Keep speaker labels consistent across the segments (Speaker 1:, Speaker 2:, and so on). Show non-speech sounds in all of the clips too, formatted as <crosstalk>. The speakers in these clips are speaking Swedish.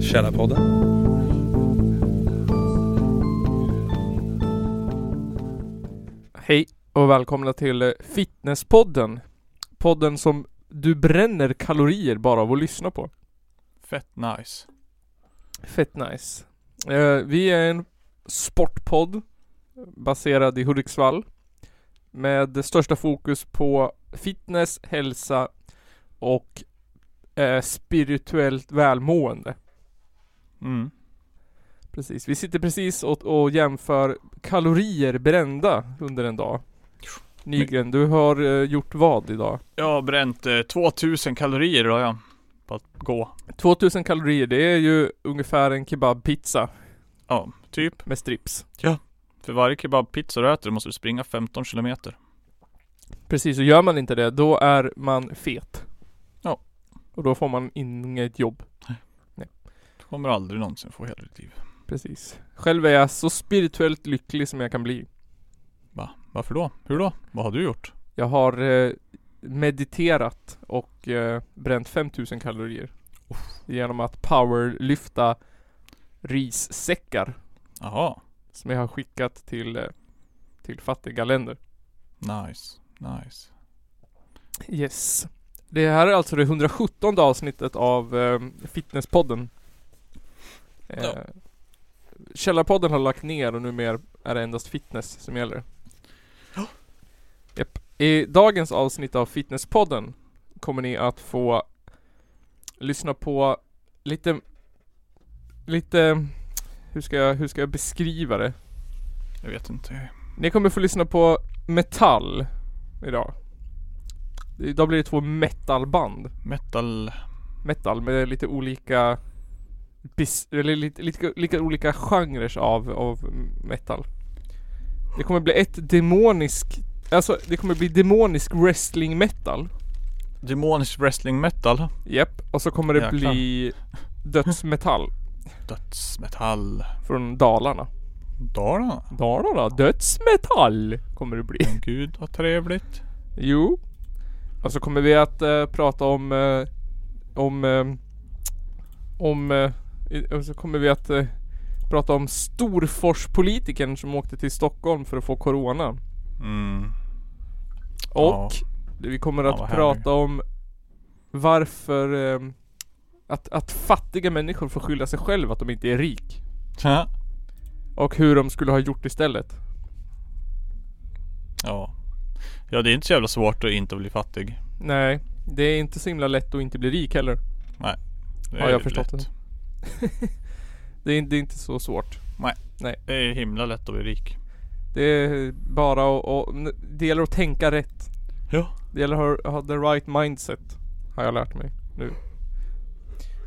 Speaker 1: Källarpodden.
Speaker 2: Hej och välkomna till eh, Fitnesspodden. Podden som du bränner kalorier bara av att lyssna på.
Speaker 3: Fett nice.
Speaker 2: Fett nice. Eh, vi är en sportpodd baserad i Hudiksvall med största fokus på fitness, hälsa och eh, spirituellt välmående.
Speaker 3: Mm.
Speaker 2: Precis. Vi sitter precis och, och jämför kalorier brända under en dag. Nygren, du har eh, gjort vad idag?
Speaker 3: Jag har bränt eh, 2000 kalorier har jag. På att gå.
Speaker 2: 2000 kalorier, det är ju ungefär en kebabpizza
Speaker 3: Ja, typ.
Speaker 2: med strips.
Speaker 3: För varje kebabpizza du äter måste du springa 15 kilometer.
Speaker 2: Precis, och gör man inte det, då är man fet.
Speaker 3: Ja.
Speaker 2: Och då får man inget jobb.
Speaker 3: Du kommer aldrig någonsin få hela ditt liv.
Speaker 2: Precis. Själv är jag så spirituellt lycklig som jag kan bli.
Speaker 3: Va? Varför då? Hur då? Vad har du gjort?
Speaker 2: Jag har eh, mediterat och eh, bränt 5000 kalorier. Genom att powerlyfta rissäckar
Speaker 3: Jaha.
Speaker 2: som jag har skickat till, eh, till fattiga länder.
Speaker 3: Nice. Nice.
Speaker 2: Yes. Det här är alltså det 117 avsnittet av eh, Fitnesspodden. Eh,
Speaker 3: Ja.
Speaker 2: Källarpodden har lagt ner och numera är det endast fitness som gäller.
Speaker 3: Ja.
Speaker 2: Japp. I dagens avsnitt av Fitnesspodden kommer ni att få lyssna på lite, lite, hur ska jag, hur ska jag beskriva det?
Speaker 3: Jag vet inte.
Speaker 2: Ni kommer få lyssna på metall idag. Idag blir det två metalband.
Speaker 3: Metal.
Speaker 2: Metal med lite olika bis, eller lite, lite, lite olika genrer av, av metal. Det kommer bli ett demonisk, alltså det kommer bli demonisk wrestling metal.
Speaker 3: Demonisk wrestling metal.
Speaker 2: Japp. Och så kommer det
Speaker 3: Jäklar.
Speaker 2: bli dödsmetall
Speaker 3: Dödsmetall.
Speaker 2: från Dalarna.
Speaker 3: Dalarna.
Speaker 2: Dalarna, dödsmetall kommer det bli.
Speaker 3: Men Gud vad trevligt.
Speaker 2: Jo. Och så kommer vi att eh, prata om... eh, om... eh, om... eh, i- och så kommer vi att eh, prata om Storforspolitikern som åkte till Stockholm för att få Corona.
Speaker 3: Mm. Ja.
Speaker 2: Och vi kommer
Speaker 3: Ja,
Speaker 2: att
Speaker 3: vad härligt.
Speaker 2: prata om varför... eh, att, att fattiga människor får skylla sig själva att de inte är rik.
Speaker 3: Tja.
Speaker 2: Och hur de skulle ha gjort istället.
Speaker 3: Ja. Ja det är inte så jävla svårt att inte bli fattig.
Speaker 2: Nej, det är inte så himla lätt att inte bli rik heller.
Speaker 3: Det
Speaker 2: Ja,
Speaker 3: är
Speaker 2: jag har förstått
Speaker 3: lätt.
Speaker 2: det. Det är, inte- det är inte så svårt.
Speaker 3: Det är himla lätt att bli rik.
Speaker 2: Det är bara att, och, n- det gäller att tänka rätt.
Speaker 3: Ja.
Speaker 2: Det gäller att ha- ha the right mindset. Har jag lärt mig nu.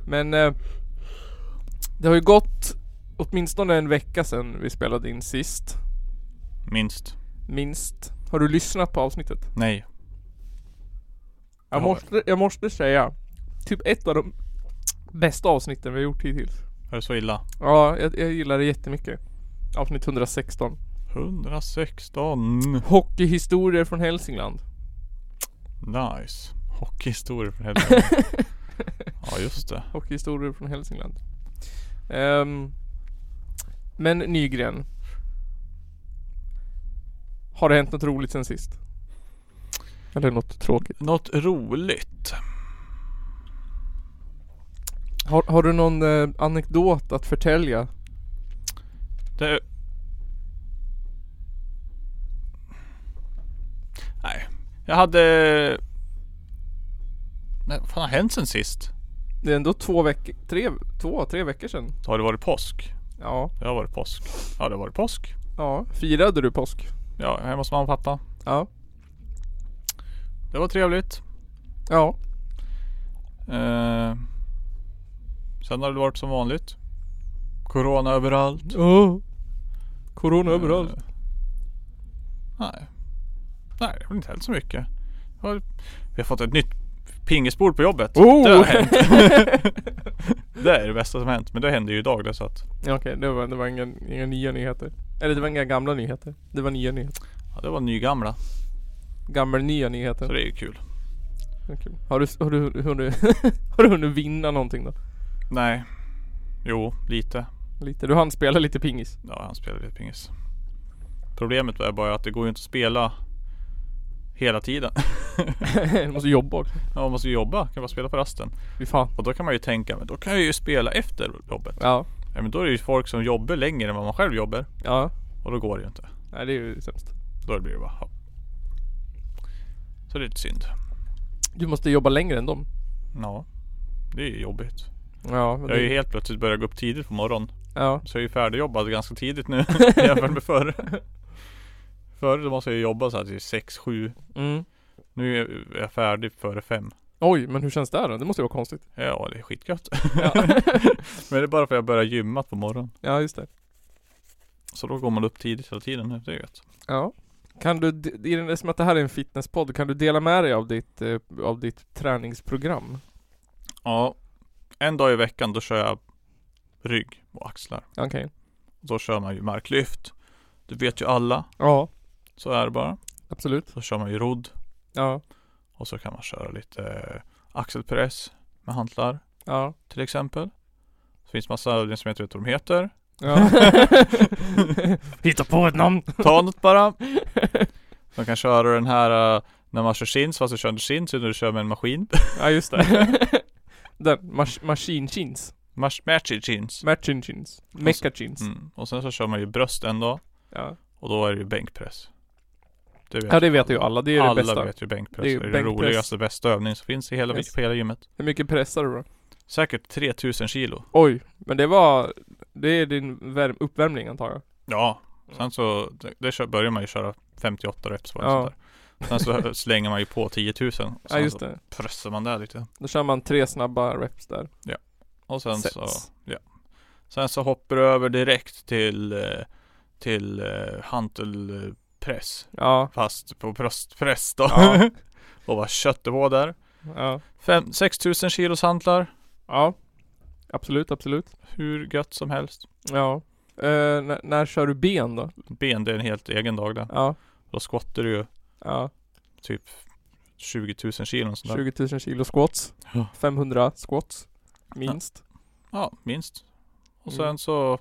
Speaker 2: Men eh, det har ju gått åtminstone en vecka sedan vi spelade in sist.
Speaker 3: Minst.
Speaker 2: Minst. Har du lyssnat på avsnittet?
Speaker 3: Nej.
Speaker 2: Jag
Speaker 3: Jag har.
Speaker 2: måste, jag måste säga. Typ ett av de bästa avsnitten vi har gjort hittills.
Speaker 3: Är det så illa?
Speaker 2: Ja, jag, jag gillar det jättemycket. Avsnitt 116.
Speaker 3: 116.
Speaker 2: Hockeyhistorier från Hälsingland.
Speaker 3: Nice. Hockeyhistorier från helvete. ja just det.
Speaker 2: Hockeyhistorier från Hälsingland. Ehm, men Nygren. Har det hänt något roligt sen sist? Eller något tråkigt?
Speaker 3: Något roligt.
Speaker 2: Har, har du någon eh, anekdot att förtälja?
Speaker 3: Det... Nej. Jag hade... Nej, vad fan har hänt sen sist?
Speaker 2: Det är ändå två veckor, tre, två, tre veckor sedan.
Speaker 3: Har det varit påsk?
Speaker 2: Ja,
Speaker 3: Det har varit påsk. Ja det har varit påsk.
Speaker 2: ja. Firade du påsk?
Speaker 3: Ja, hemma hos mamma och pappa.
Speaker 2: Ja.
Speaker 3: Det var trevligt.
Speaker 2: Ja.
Speaker 3: Eh, sen har det varit som vanligt. Corona överallt.
Speaker 2: Oh. Corona överallt.
Speaker 3: Eh, nej. Nej, det blir inte heller så mycket. Jag har- Vi har fått ett nytt pingisbord på jobbet. Det har
Speaker 2: <laughs> Oh!
Speaker 3: hänt. <laughs> det är det bästa som har hänt. Men det hände ju idag då, så att.
Speaker 2: Ja, Okej, det var, det var inga, inga nya nyheter. Eller det var inga gamla nyheter. Det var nya nyheter.
Speaker 3: Ja, det var nygamla.
Speaker 2: Gamla nya
Speaker 3: Så
Speaker 2: nyheter.
Speaker 3: det är ju kul.
Speaker 2: Det är kul. Har du, har du, hunnit, <laughs> har du hunnit vinna någonting då?
Speaker 3: Nej. Jo, lite.
Speaker 2: Lite? Du hann spela lite pingis? <laughs>
Speaker 3: Ja, han spelar lite pingis. Problemet är bara att det går ju inte att spela hela tiden. <laughs>
Speaker 2: du måste jobba också.
Speaker 3: Ja, man måste ju jobba. Kan bara spela på rasten.
Speaker 2: Fy fan.
Speaker 3: Och då kan man ju tänka, men då kan jag ju spela efter jobbet.
Speaker 2: Ja.
Speaker 3: Ja, men då är det ju folk som jobbar längre än vad man själv jobbar.
Speaker 2: Ja.
Speaker 3: Och då går det ju inte.
Speaker 2: Nej det är ju sämst.
Speaker 3: Då blir det bara ja. Så det är lite synd.
Speaker 2: Du måste jobba längre än dem.
Speaker 3: Ja. Det är ju jobbigt.
Speaker 2: Ja. men
Speaker 3: Jag har ju
Speaker 2: det-
Speaker 3: helt plötsligt börjat gå upp tidigt på morgonen.
Speaker 2: Ja.
Speaker 3: Så jag är ju färdigjobbad ganska tidigt nu <laughs> jämfört med förr. Förr då måste jag ju jobba så här till 6-7.
Speaker 2: Mm.
Speaker 3: Nu är jag färdig före 5.
Speaker 2: Oj, men hur känns det då? Det måste ju vara konstigt.
Speaker 3: Ja det är skitgött.
Speaker 2: Ja,
Speaker 3: <laughs> Men det är bara för att jag börjar gymma på morgonen.
Speaker 2: ja just det.
Speaker 3: Så då går man upp tidigt hela tiden nu. Det är gött.
Speaker 2: Ja. Kan du, de- i den- eftersom att det här är en fitnesspodd, kan du dela med dig av ditt, eh, av ditt träningsprogram?
Speaker 3: Ja. En dag i veckan då kör jag rygg och axlar.
Speaker 2: Okej.
Speaker 3: Och då kör man ju marklyft. Det vet ju alla.
Speaker 2: Ja,
Speaker 3: Så är det bara.
Speaker 2: absolut.
Speaker 3: Så kör man ju rodd.
Speaker 2: Ja,
Speaker 3: Och så kan man köra lite eh, axelpress med hantlar
Speaker 2: ja,
Speaker 3: till exempel. Det finns massa övningar som jag inte vet vad de heter.
Speaker 2: ja. <laughs> Hitta på ett namn!
Speaker 3: Ta något bara.
Speaker 2: <laughs>
Speaker 3: Man kan köra den här eh, när man kör chins fast du kör inte chins utan du kör med en maskin.
Speaker 2: Ja, just <laughs> det. Den, mas- machine chins.
Speaker 3: Mas- Matchy chins.
Speaker 2: Machine chins. Mecha chins.
Speaker 3: Mm. Och sen så kör man ju bröst en dag
Speaker 2: Ja.
Speaker 3: och då är det ju bänkpress. Det vet
Speaker 2: ja, det vet ju alla. Det är
Speaker 3: alla
Speaker 2: det bästa.
Speaker 3: vet ju bänkpress.
Speaker 2: Det
Speaker 3: Det
Speaker 2: är
Speaker 3: är,
Speaker 2: ju
Speaker 3: den
Speaker 2: bänkpress.
Speaker 3: roligaste, bästa övningen som finns i hela,
Speaker 2: Yes.
Speaker 3: på hela gymmet.
Speaker 2: Hur mycket pressar du då?
Speaker 3: Säkert 3000 kilo.
Speaker 2: Oj, men det var... Det är din värm- uppvärmning antar jag?
Speaker 3: Ja,
Speaker 2: Mm.
Speaker 3: sen så det, det kör, börjar man ju köra 58 reps på
Speaker 2: Ja.
Speaker 3: ja. Sen
Speaker 2: <laughs>
Speaker 3: så slänger man ju på 10 000 Sen
Speaker 2: Ja, just
Speaker 3: så
Speaker 2: det.
Speaker 3: pressar man där lite
Speaker 2: Då kör man tre snabba reps där.
Speaker 3: Och sen så,
Speaker 2: Sets.
Speaker 3: ja Sen så hoppar du över direkt till eh, Till eh, hantelpress
Speaker 2: <laughs> Ja,
Speaker 3: Fast på bröstpress då
Speaker 2: Ja.
Speaker 3: <laughs> Och bara köttar på där
Speaker 2: ja,
Speaker 3: Fem- 6 000 kilos hantlar
Speaker 2: ja. Absolut, absolut.
Speaker 3: Hur gött som helst
Speaker 2: Ja. Eh, när, när kör du ben då?
Speaker 3: Ben det är en helt egen dag där
Speaker 2: Ja,
Speaker 3: Då squattar du ju
Speaker 2: ja.
Speaker 3: typ 20 000 kilo sånt där.
Speaker 2: 20 000 kilo squats.
Speaker 3: Ja.
Speaker 2: 500 squats. Minst.
Speaker 3: Ja, minst. Och
Speaker 2: Mm.
Speaker 3: sen så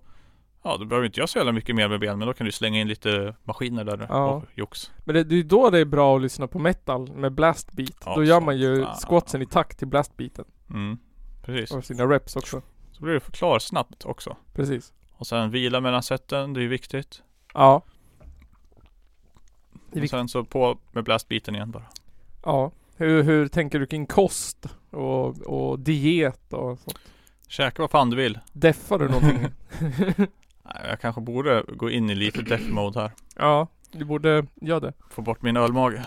Speaker 3: Ja, då behöver inte jag så jävla mycket mer med ben, men då kan du slänga in lite maskiner där
Speaker 2: Ja.
Speaker 3: och jox.
Speaker 2: Men det, det är ju då det är bra att lyssna på metal med blastbeat.
Speaker 3: Ja,
Speaker 2: då gör
Speaker 3: så.
Speaker 2: man ju
Speaker 3: Ah.
Speaker 2: squatsen i takt till blastbeaten.
Speaker 3: Mm, precis.
Speaker 2: Och sina reps också.
Speaker 3: Så blir du klar snabbt också.
Speaker 2: Precis.
Speaker 3: Och sen vila mellan seten, det är ju viktigt.
Speaker 2: Ja. Det är
Speaker 3: Och
Speaker 2: viktigt.
Speaker 3: sen så på med blastbiten igen bara.
Speaker 2: Ja. Hur, hur tänker du kring kost? Och, och diet och sånt?
Speaker 3: Käka vad fan du vill.
Speaker 2: Deffar
Speaker 3: <laughs>
Speaker 2: du någonting? <laughs>
Speaker 3: Nej, Jag kanske borde gå in i lite death mode här.
Speaker 2: ja. Du borde göra det.
Speaker 3: Få bort min ölmage.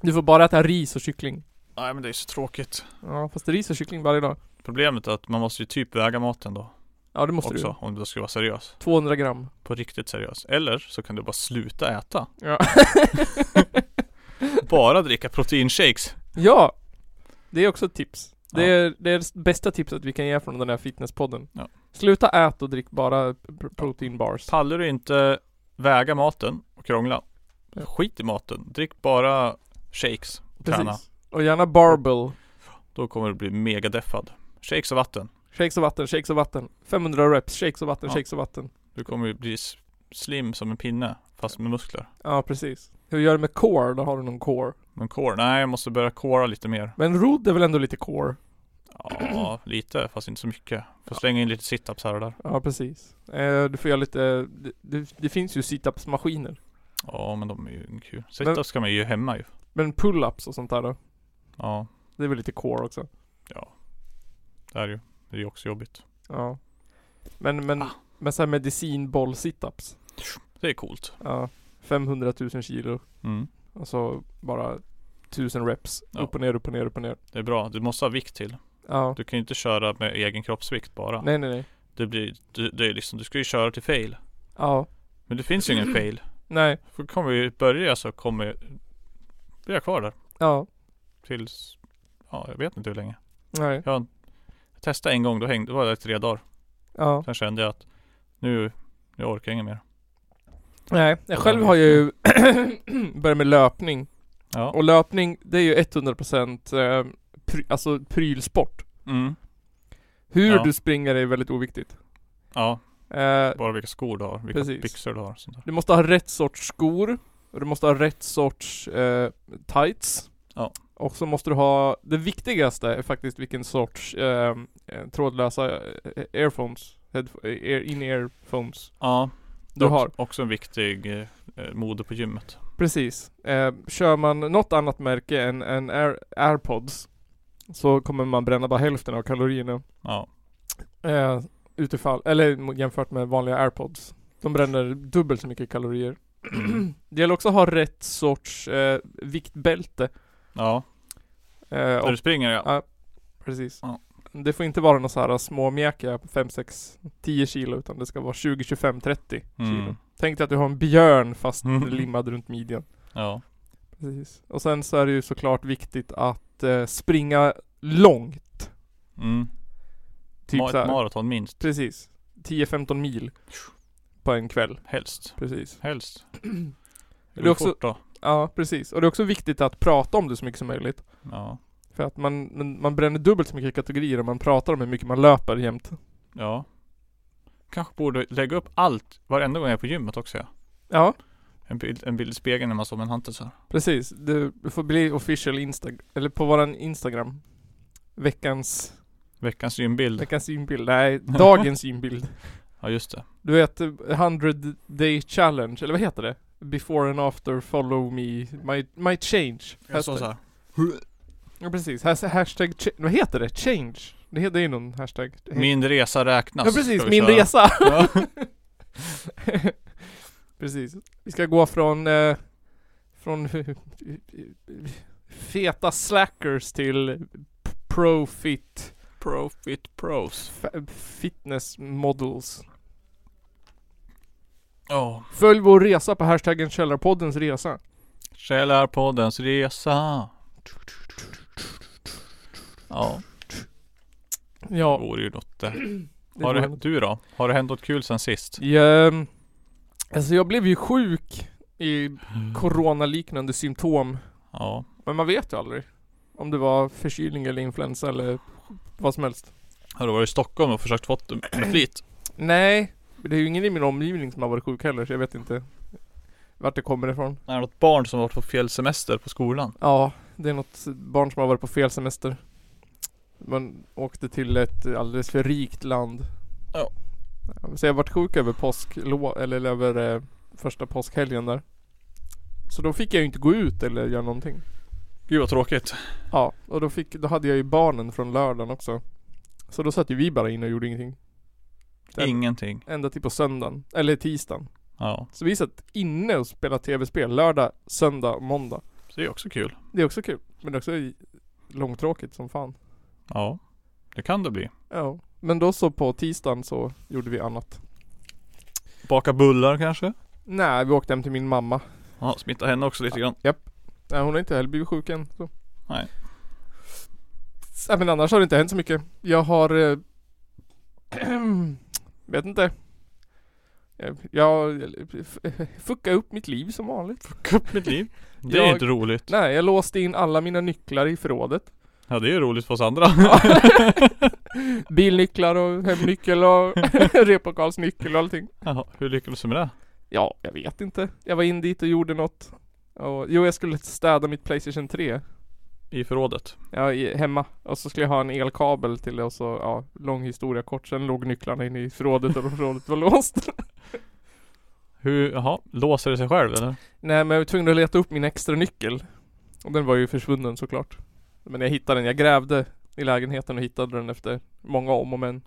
Speaker 2: Du får bara äta ris och kyckling.
Speaker 3: Nej men det är så tråkigt.
Speaker 2: Ja, fast ris och kyckling varje dag.
Speaker 3: Problemet är att man måste ju typ väga maten då.
Speaker 2: Ja, det måste
Speaker 3: också. Om du ska vara seriös.
Speaker 2: du. 200 gram.
Speaker 3: På riktigt seriös. Eller så kan du bara sluta äta.
Speaker 2: Ja.
Speaker 3: <laughs> Bara dricka proteinshakes.
Speaker 2: ja! Det är också ett tips. Det
Speaker 3: Ja.
Speaker 2: är, det är det bästa tipset vi kan ge från den här fitnesspodden.
Speaker 3: Ja.
Speaker 2: Sluta äta och drick bara pr- protein bars.
Speaker 3: Pallar du inte väga maten och krångla.
Speaker 2: Ja.
Speaker 3: Skit i maten. Drick bara shakes och träna.
Speaker 2: Precis. Och gärna barbell.
Speaker 3: Då kommer du bli mega deffad. Shakes och vatten.
Speaker 2: Shakes och vatten, shakes och vatten. 500 reps, shakes och vatten,
Speaker 3: Ja.
Speaker 2: shakes och vatten.
Speaker 3: Du kommer ju bli s- slim som en pinne fast med muskler.
Speaker 2: Ja, precis. Hur gör du med core? Då har du någon core.
Speaker 3: Men core? Nej, jag måste börja cora lite mer.
Speaker 2: Men rodd är väl ändå lite core?
Speaker 3: Ja, lite fast inte så mycket. Får slänga in lite situps här och där.
Speaker 2: Ja, precis. Eh, du får göra lite... Det, det, det finns ju situps maskiner.
Speaker 3: Ja, men de är ju inte kul. Situps kan man ju göra hemma ju.
Speaker 2: Men pull-ups och sånt där då?
Speaker 3: Ja,
Speaker 2: Det är väl lite core också?
Speaker 3: det är ju. Det är ju också jobbigt.
Speaker 2: Ja. Men, men,
Speaker 3: Ah.
Speaker 2: men såhär medicinboll situps.
Speaker 3: Det är coolt.
Speaker 2: Ja. 500 000 kilo.
Speaker 3: Mm.
Speaker 2: Och så bara 1000 reps.
Speaker 3: Ja.
Speaker 2: Upp och ner, upp och ner, upp och ner.
Speaker 3: Det är bra. Du måste ha vikt till.
Speaker 2: Ja.
Speaker 3: Du kan ju inte köra med egen kroppsvikt bara.
Speaker 2: Nej, nej, nej.
Speaker 3: Det blir, du, det är liksom, du ska ju köra till fail.
Speaker 2: Ja.
Speaker 3: Men det finns ju ingen fail.
Speaker 2: Nej.
Speaker 3: För kommer vi börja så kommer vi är kvar där
Speaker 2: Ja.
Speaker 3: tills, ja jag vet inte hur länge.
Speaker 2: Nej.
Speaker 3: Jag, jag testade en gång, då hängde, då var det tre dagar.
Speaker 2: Ja.
Speaker 3: Sen kände jag att nu, nu orkar jag inget mer.
Speaker 2: <coughs> Nej, jag själv har ju börjat med löpning.
Speaker 3: Ja.
Speaker 2: Och löpning, det är ju 100% eh, pry, alltså prylsport.
Speaker 3: Mm.
Speaker 2: Hur
Speaker 3: Ja.
Speaker 2: du springer är väldigt oviktigt.
Speaker 3: Ja,
Speaker 2: Eh,
Speaker 3: bara vilka skor du har, vilka
Speaker 2: Precis.
Speaker 3: byxor du har. och Sånt där.
Speaker 2: du måste ha rätt sorts skor. Och du måste ha rätt sorts eh, tights.
Speaker 3: Ja.
Speaker 2: Och så måste du ha, det viktigaste är faktiskt vilken sorts eh, eh, trådlösa eh, airphones. Headf- ear, in-earphones.
Speaker 3: Ja,
Speaker 2: Du
Speaker 3: också-
Speaker 2: har.
Speaker 3: Också en viktig eh, eh, mode på gymmet.
Speaker 2: Precis. Eh, kör man något annat märke än, än Air, airpods så kommer man bränna bara hälften av kalorierna.
Speaker 3: Ja,
Speaker 2: Eh, utifall, eller mo- jämfört med vanliga airpods. De bränner dubbelt så mycket kalorier. <clears throat> Det gäller också att ha rätt sorts eh, viktbälte.
Speaker 3: ja.
Speaker 2: Eh,
Speaker 3: när
Speaker 2: och,
Speaker 3: du springer ja.
Speaker 2: precis.
Speaker 3: Ja.
Speaker 2: Det får inte vara några så här små mjäkiga på 5, 6, 10 kilo utan det ska vara 20, 25, 30 kilo.
Speaker 3: Mm.
Speaker 2: Tänk dig att du har en björn fast
Speaker 3: Mm.
Speaker 2: limmad runt midjan.
Speaker 3: ja.
Speaker 2: Precis. Och sen så är det ju såklart viktigt att eh, springa långt.
Speaker 3: Mm.
Speaker 2: Typ
Speaker 3: Ma-
Speaker 2: så här.
Speaker 3: ett maraton minst,
Speaker 2: Precis. 10-15 mil. På en kväll.
Speaker 3: helst.
Speaker 2: Precis. <clears throat>
Speaker 3: Helst. Det
Speaker 2: är
Speaker 3: går
Speaker 2: också-
Speaker 3: fort då.
Speaker 2: Ja, precis. Och det är också viktigt att prata om det så mycket som möjligt.
Speaker 3: Ja.
Speaker 2: För att man, man- man bränner dubbelt så mycket kategorier om man pratar om hur mycket man löper jämt.
Speaker 3: ja. Kanske borde lägga upp allt varenda gång jag är på gymmet också ja.
Speaker 2: Ja,
Speaker 3: En bild, en bild i spegeln när man står med en hantel så här.
Speaker 2: precis. Du du får bli official Instagram, eller på våran Instagram. Veckans,
Speaker 3: Veckans gymbild.
Speaker 2: veckans gymbild. Nej, dagens gymbild.
Speaker 3: Ja just det.
Speaker 2: Du vet, eh, 100 day challenge, eller vad heter det? Before and after, follow me, my, my change.
Speaker 3: Jag står
Speaker 2: Hashtag.
Speaker 3: så här.
Speaker 2: Ja precis, Has hashtag, cha- vad heter det? Change? Det heter ju någon hashtag
Speaker 3: Min resa räknas.
Speaker 2: Ja
Speaker 3: ska
Speaker 2: precis,
Speaker 3: vi
Speaker 2: min
Speaker 3: köra.
Speaker 2: resa! <laughs>
Speaker 3: Ja.
Speaker 2: precis, vi ska gå från eh, Från <laughs> Feta slackers till Profit
Speaker 3: Profit pros.
Speaker 2: Fitness models
Speaker 3: Ja.
Speaker 2: Följ vår resa på hashtaggen Källarpoddens resa
Speaker 3: Källarpoddens resa. Ja, det
Speaker 2: Ja,
Speaker 3: vore ju något det.
Speaker 2: det
Speaker 3: Har
Speaker 2: var-
Speaker 3: det, du då? Har det hänt något kul sen sist?
Speaker 2: Ja, Ehm, alltså jag blev ju sjuk i coronaliknande symptom
Speaker 3: Ja,
Speaker 2: Men man vet ju aldrig. Om det var förkylning eller influensa eller vad som helst.
Speaker 3: har du varit i Stockholm och försökt fått det med flit?
Speaker 2: Nej, det är ju ingen i min omgivning som har varit sjuk heller så jag vet inte vart det kommer ifrån.
Speaker 3: Är det något barn som har varit på fjällsemester på skolan?
Speaker 2: Ja, det är något barn som har varit på fel semester. Man åkte till ett alldeles för rikt land.
Speaker 3: Ja.
Speaker 2: Så jag varit sjuk över påsk, eller över eh, första påskhelgen där. Så då fick jag ju inte gå ut eller göra någonting.
Speaker 3: Gud vad tråkigt.
Speaker 2: Ja, och då, fick, då hade jag ju barnen från lördagen också. Så då satt ju vi bara inne och gjorde ingenting. Den-
Speaker 3: Ingenting.
Speaker 2: Ända till på söndagen, eller tisdagen.
Speaker 3: Ja,
Speaker 2: Så vi satt inne och spelade tv-spel lördag, söndag, måndag.
Speaker 3: så det är också kul.
Speaker 2: Det är också kul, men det är också i- långtråkigt som fan.
Speaker 3: Ja, det kan det bli.
Speaker 2: Ja, men då så på tisdagen så gjorde vi annat.
Speaker 3: Baka bullar kanske?
Speaker 2: Nej, vi åkte hem till min mamma.
Speaker 3: Ja, smitta henne också lite grann.
Speaker 2: Nej, hon har inte heller blivit sjuk än. Så.
Speaker 3: Nej.
Speaker 2: Nej, men annars har det inte hänt så mycket. Jag har... Eh, <clears throat> vet inte. Jag, jag fuckade upp mitt liv som vanligt.
Speaker 3: Fucka upp mitt liv. Det är
Speaker 2: Jag-
Speaker 3: inte roligt.
Speaker 2: Nej, jag låste in alla mina nycklar i förrådet. <laughs>
Speaker 3: Ja, det är roligt för oss <laughs> andra.
Speaker 2: Bilnycklar och hemnyckel och <laughs> repokalsnyckel och allting.
Speaker 3: Jaha, hur lyckades du med det?
Speaker 2: Ja, jag vet inte. Jag var in dit och gjorde något. Och, jo, jag skulle städa mitt Playstation 3.
Speaker 3: I förrådet.
Speaker 2: Ja, i, hemma. Och så skulle jag ha en elkabel till det och så, ja, lång historia kort. Sen låg nycklarna inne i förrådet och <laughs> förrådet var låst.
Speaker 3: Hur, jaha, låser det sig själv eller?
Speaker 2: Nej men jag var tvungen att leta upp min extra nyckel. Och den var ju försvunnen såklart. Men jag hittade den. Jag grävde i lägenheten och hittade den efter många om och men.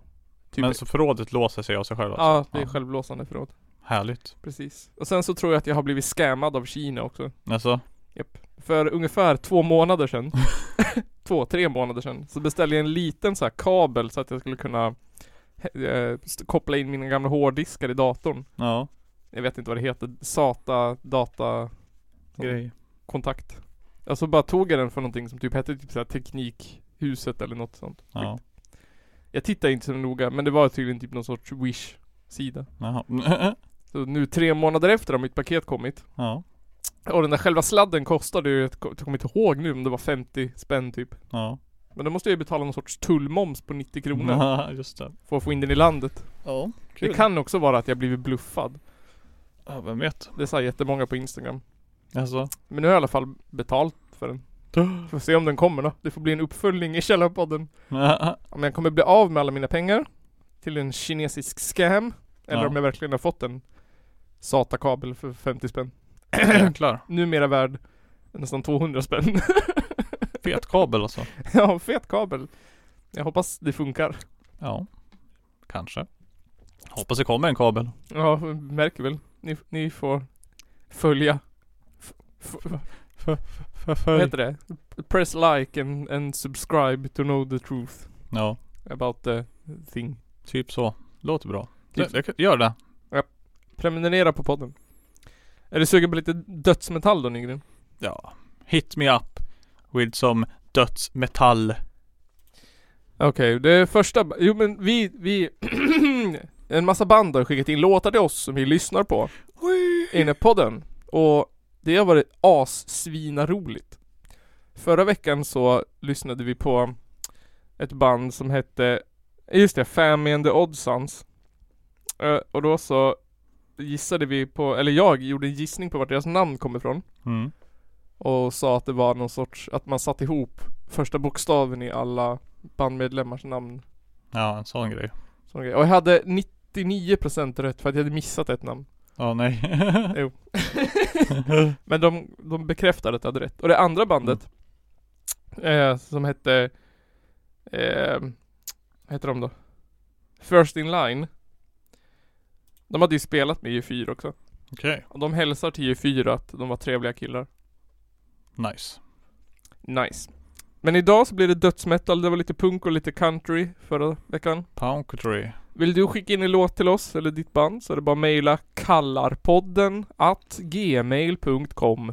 Speaker 2: Typ,
Speaker 3: Men så förrådet låser sig av sig själv alltså.
Speaker 2: ja, det är
Speaker 3: ja.
Speaker 2: självlåsande förråd.
Speaker 3: Härligt.
Speaker 2: Precis. Och sen så tror jag att jag har blivit scammad av Kina också.
Speaker 3: Alltså,
Speaker 2: För ungefär två månader sedan <laughs> Två, tre månader sedan Så beställde jag en liten så här kabel så att jag skulle kunna eh, st- Koppla in mina gamla hårddiskar i datorn
Speaker 3: ja.
Speaker 2: Jag vet inte vad det heter SATA data
Speaker 3: Grej.
Speaker 2: kontakt Jag så bara tog jag den för någonting som typ hette typ så här Teknikhuset eller något sånt
Speaker 3: Ja.
Speaker 2: Jag tittade inte så noga men det var tydligen typ någon sorts wish sida
Speaker 3: Jaha. <laughs>
Speaker 2: Så nu tre månader efter har mitt paket kommit
Speaker 3: ja.
Speaker 2: Och den där själva sladden kostade ju, jag kom- jag kommer inte ihåg nu om det var 50 spänn typ.
Speaker 3: Ja.
Speaker 2: Men då måste jag ju betala någon sorts tullmoms på 90 kronor
Speaker 3: Ja, just det.
Speaker 2: för att få in den i landet.
Speaker 3: Ja,
Speaker 2: Det kan också vara att jag blivit bluffad.
Speaker 3: Ja, vem vet?
Speaker 2: Det sa jättemånga på Instagram.
Speaker 3: <gasps> Alltså.
Speaker 2: Men nu har jag i alla fall betalt för den. Får se om den kommer då. Det får bli en uppföljning i Källarpodden. Om jag kommer bli av med alla mina pengar till en kinesisk scam. Eller
Speaker 3: Ja.
Speaker 2: om jag verkligen har fått en SATA-kabel för 50 spänn. <clears throat>
Speaker 3: Jäklar.
Speaker 2: Numera värd nästan 200 spänn. <laughs>
Speaker 3: Fet kabel alltså.
Speaker 2: ja, fet kabel. Jag hoppas det funkar.
Speaker 3: Ja. Kanske. Hoppas det kommer en kabel.
Speaker 2: Ja, märker väl. Ni, ni får följa. F- f- vad heter det? Press like and, and subscribe to know the truth
Speaker 3: Ja,
Speaker 2: about the thing.
Speaker 3: typ så. Låter bra.
Speaker 2: Typ.
Speaker 3: Jag, jag, gör det.
Speaker 2: Prenumerera på podden. Är du sugen på lite dödsmetall då Nygren?
Speaker 3: Ja. Hit me up with some dödsmetall.
Speaker 2: Okej, det första... Jo men vi... vi <clears throat> en massa band har skickat in låtar till oss som vi lyssnar på. Inne i podden. Och det har varit assvinaroligt. Förra veckan så lyssnade vi på ett band som hette... Just det, Family and the Oddsons. Eh, Och då så gissade vi på... Eller jag gjorde en gissning på vart deras namn kommer ifrån.
Speaker 3: Mm.
Speaker 2: Och sa att det var någon sorts, att man satte ihop första bokstaven i alla bandmedlemmars namn.
Speaker 3: Ja, en sån grej.
Speaker 2: Sån grej. Och jag hade 99% rätt för att jag hade missat ett namn.
Speaker 3: Ja, nej. <laughs>
Speaker 2: Jo. Men de, de bekräftade att jag hade rätt. Och det andra bandet eh, som hette eh, vad heter de då? First In Line. De hade ju spelat med G4 också.
Speaker 3: Okej,
Speaker 2: Och de hälsar till G4 att de var trevliga killar.
Speaker 3: nice.
Speaker 2: Nice. Men idag så blir det dödsmetal, det var lite punk och lite country förra veckan.
Speaker 3: Poundcountry.
Speaker 2: Vill du skicka in en låt till oss eller ditt band så är det bara att mejla kallarpodden at gmail.com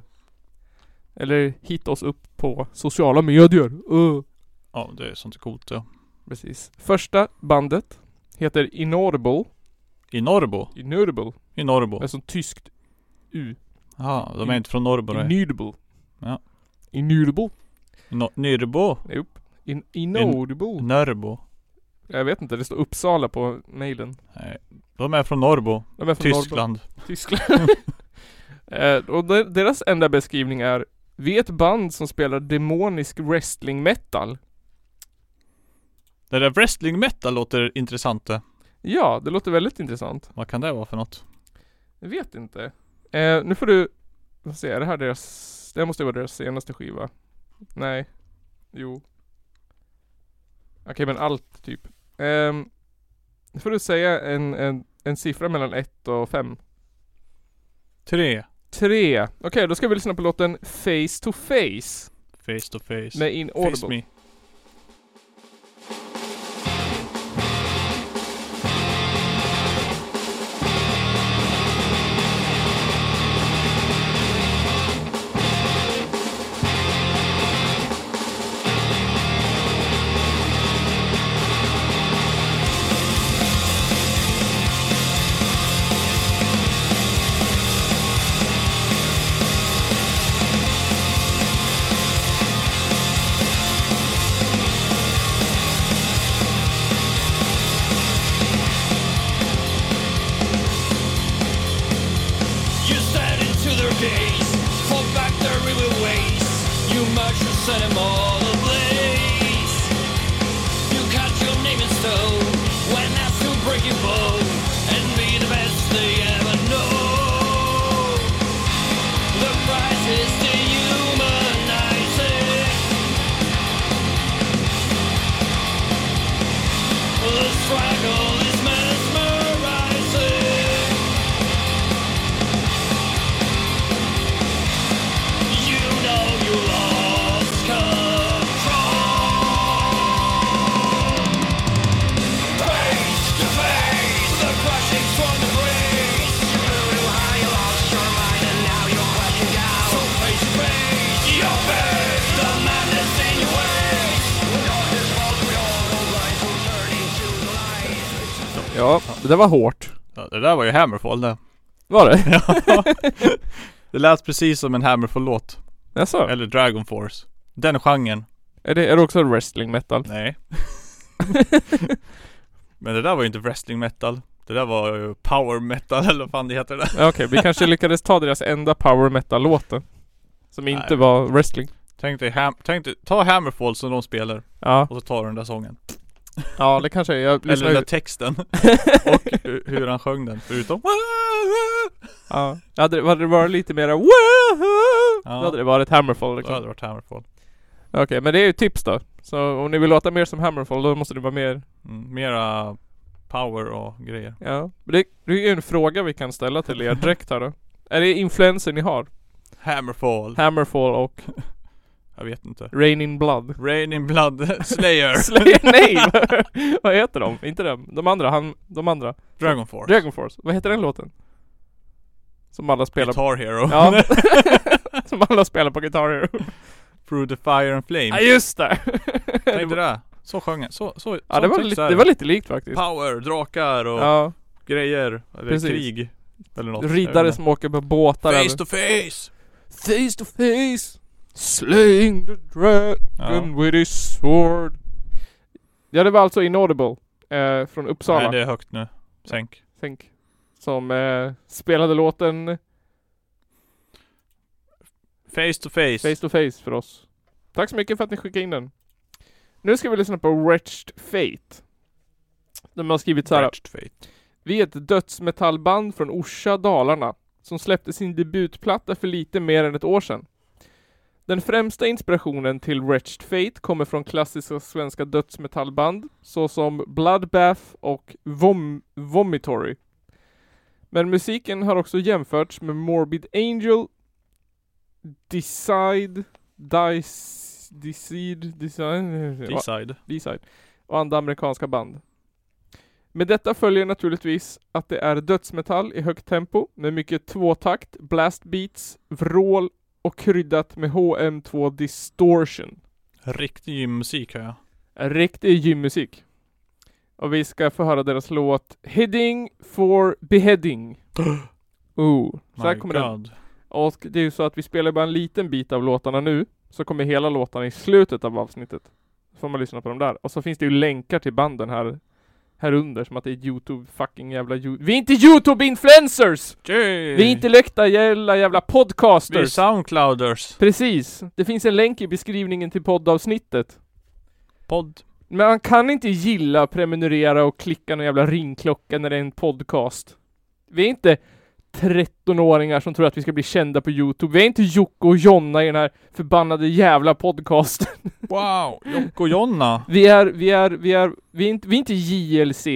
Speaker 2: Eller hitta oss upp på sociala medier. Uh.
Speaker 3: Ja, det är sånt coolt det.
Speaker 2: Precis. Första bandet heter Inaudible.
Speaker 3: I Norrbo?
Speaker 2: Inaudible.
Speaker 3: I Norrbo?
Speaker 2: Alltså tyskt U.
Speaker 3: Ja, de är inte från Norrbo nej.
Speaker 2: Inaudible.
Speaker 3: Ja.
Speaker 2: Inaudible.
Speaker 3: No- Nyrbo?
Speaker 2: Jop. In-
Speaker 3: Oh.
Speaker 2: Inaudible.
Speaker 3: Nörbo?
Speaker 2: Jag vet inte, det står Uppsala på mejlen.
Speaker 3: Nej. De är från Norrbo.
Speaker 2: De är från Norrbotten.
Speaker 3: Tyskland.
Speaker 2: Tyskland. <laughs> eh, och de, deras enda beskrivning är Vi är ett band som spelar demonisk wrestling metal.
Speaker 3: Det där wrestling metal låter intressant det.
Speaker 2: Ja, det låter väldigt intressant.
Speaker 3: Vad kan det vara för något?
Speaker 2: Jag vet inte. Eh, nu får du, vad säger det här deras, det här måste ju vara deras senaste skiva. Nej. Jo. Okej men allt typ. Ehm, nu får du säga en, en, en siffra mellan 1 och 5.
Speaker 3: Tre.
Speaker 2: 3. Okej, då ska vi lyssna på låten Face to Face
Speaker 3: Face to face.
Speaker 2: med Inaudible.
Speaker 3: face me.
Speaker 1: You stare into their gaze, fall back their evil ways. You march and set them all ablaze. You cut your name in stone when asked to break your bone and be the best they ever know. The price is dehumanizing. The struggle is mesmerizing. You know you lost control. Face to face, the crushing storm breaks. You knew how you lost your mind, and now you're crashing down. So face to face, your face, the madness in your ways. With all his faults, we all know life will turn into lies.
Speaker 2: Ja, det där var hårt.
Speaker 3: Ja, det där var ju Hammerfall det.
Speaker 2: Var det?
Speaker 3: Det lät precis som en Hammerfall-låt.
Speaker 2: <laughs> Jaså?
Speaker 3: Eller Dragon Force. Den genren.
Speaker 2: Är det, är det också wrestling metal?
Speaker 3: Nej. Men det där var ju inte wrestling metal. Det där var ju power metal eller vad fan det heter det där.
Speaker 2: Ja, Okej, vi
Speaker 3: <laughs>
Speaker 2: kanske lyckades ta deras enda power metal-låten. Som inte
Speaker 3: Nej.
Speaker 2: var wrestling.
Speaker 3: Tänk dig, ham- tänk dig, ta Hammerfall som de spelar
Speaker 2: Ja,
Speaker 3: och så tar du den där sången.
Speaker 2: ja det kanske jag
Speaker 3: Eller den
Speaker 2: lyssnar
Speaker 3: där
Speaker 2: ju-
Speaker 3: texten. och hu- hur han sjöng den. Förutom
Speaker 2: <laughs> Ja, hade det, hade det varit lite mera Woohoo!
Speaker 3: Ja.
Speaker 2: Då hade det varit Hammerfall
Speaker 3: Då
Speaker 2: liksom.
Speaker 3: hade det varit Hammerfall.
Speaker 2: Okej, men det är ju tips då. Så om ni vill låta mer som Hammerfall då måste det vara mer
Speaker 3: Mm, mera power och grejer.
Speaker 2: Ja, men det, det är ju en fråga vi kan ställa till er direkt här då. Är det influenser ni har?
Speaker 3: Hammerfall.
Speaker 2: Hammerfall och
Speaker 3: Jag vet inte.
Speaker 2: Rain in Blood?
Speaker 3: Rain in Blood <laughs> Slayer.
Speaker 2: Slayer? Nej! vad- <laughs> vad heter de? Inte dem. De andra, han, de andra.
Speaker 3: Dragon Force.
Speaker 2: Dragon Force. Vad heter den låten? Som alla spelar på...
Speaker 3: Guitar Hero.
Speaker 2: Ja. <laughs> Som alla spelar på Guitar Hero.
Speaker 3: <laughs> Through the Fire and Flame.
Speaker 2: Ja just <laughs> det!
Speaker 3: Tänk dig det. Så sjöng jag. Så, så,
Speaker 2: Ja det var, lite, det var lite likt faktiskt.
Speaker 3: Power, drakar och
Speaker 2: Ja,
Speaker 3: grejer. Eller
Speaker 2: Precis.
Speaker 3: krig. Eller något. Jag
Speaker 2: riddare
Speaker 3: vet
Speaker 2: som åker på båtar
Speaker 3: inte.
Speaker 2: över-
Speaker 3: Face to face!
Speaker 2: face to face Slaying the dragon
Speaker 3: Ja.
Speaker 2: with his sword Ja det var alltså Inaudible eh, Från Uppsala,
Speaker 3: Nej det är högt nu. Sänk.
Speaker 2: tänk Som eh, spelade låten
Speaker 3: Face to face.
Speaker 2: Face to face för oss Tack så mycket för att ni skickade in den Nu ska vi lyssna på Wretched Fate De har skrivit så här.
Speaker 3: Touched fate.
Speaker 2: Vi är ett dödsmetallband från Orsa, Dalarna, som släppte sin debutplatta för lite mer än ett år sedan. Den främsta inspirationen till Wretched Fate kommer från klassiska svenska dödsmetallband såsom Bloodbath och Vom- Vomitory. Men musiken har också jämförts med Morbid Angel, Decide, Dice, Decide, Decide,
Speaker 3: Decide.
Speaker 2: B-side och andra amerikanska band. Med detta följer naturligtvis att det är dödsmetall i högt tempo med mycket tvåtakt, blast beats, vrål och kryddat med HM2 distortion.
Speaker 3: Riktig gymmusik hör jag.
Speaker 2: Riktig gymmusik. Och vi ska få höra deras låt Heading for beheading. Oh, så här
Speaker 3: My
Speaker 2: kommer den.
Speaker 3: God.
Speaker 2: Och det är ju så att vi spelar bara en liten bit av låtarna nu, så kommer hela låtarna i slutet av avsnittet. Så får man lyssna på dem där. Och så finns det ju länkar till banden här, här under, som att det är Youtube, fucking jävla Youtube. Vi är inte Youtube-influencers!
Speaker 3: Yay!
Speaker 2: Vi är intellektuella jävla
Speaker 3: Vi är
Speaker 2: podcasters!
Speaker 3: Soundclouders.
Speaker 2: Precis! Det finns en länk i beskrivningen till poddavsnittet.
Speaker 3: Podd.
Speaker 2: Men man kan inte gilla, prenumerera och klicka någon jävla ringklocka när det är en podcast. Vi är inte 13-åringar som tror att vi ska bli kända på Youtube. Vi är inte Jocke och Jonna i den här förbannade jävla podcasten. <laughs>
Speaker 3: Wow. Jocke och Jonna.
Speaker 2: Vi är, vi är, vi är, vi är inte, vi är inte JLC.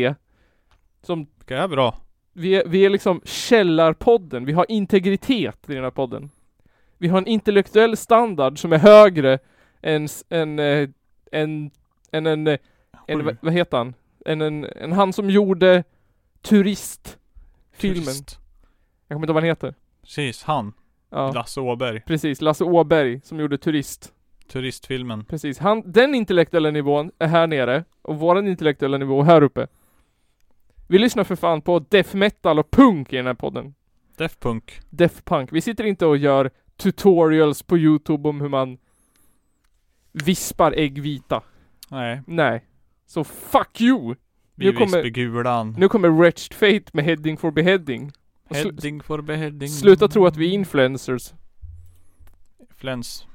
Speaker 2: Som,
Speaker 3: Vilka är bra.
Speaker 2: vi är, vi är liksom källarpodden. Vi har integritet i den här podden. Vi har en intellektuell standard som är högre än, s- än, eh, än, än en eh, En, vad,
Speaker 3: Sju.
Speaker 2: vad heter han? En, en, en han som gjorde Turistfilmen.
Speaker 3: Turist.
Speaker 2: Jag kommer inte ihåg vad han heter.
Speaker 3: Precis, han.
Speaker 2: Ja,
Speaker 3: Lasse Åberg.
Speaker 2: precis. Lasse Åberg som gjorde Turist.
Speaker 3: Turistfilmen.
Speaker 2: Precis. Han, den intellektuella nivån är här nere och våran intellektuella nivå är här uppe. Vi lyssnar för fan på death metal och punk i den här podden.
Speaker 3: Def Punk.
Speaker 2: Death punk. Vi sitter inte och gör tutorials på Youtube om hur man vispar ägg vita.
Speaker 3: Nej,
Speaker 2: Nej. Så fuck you!
Speaker 3: vi
Speaker 2: Nu kommer-
Speaker 3: Visbygulan.
Speaker 2: Nu kommer Wretched Fate med Heading for Beheading. Och slu-
Speaker 3: Heading for beheading.
Speaker 2: Sluta tro att vi är influencers.
Speaker 3: Flens.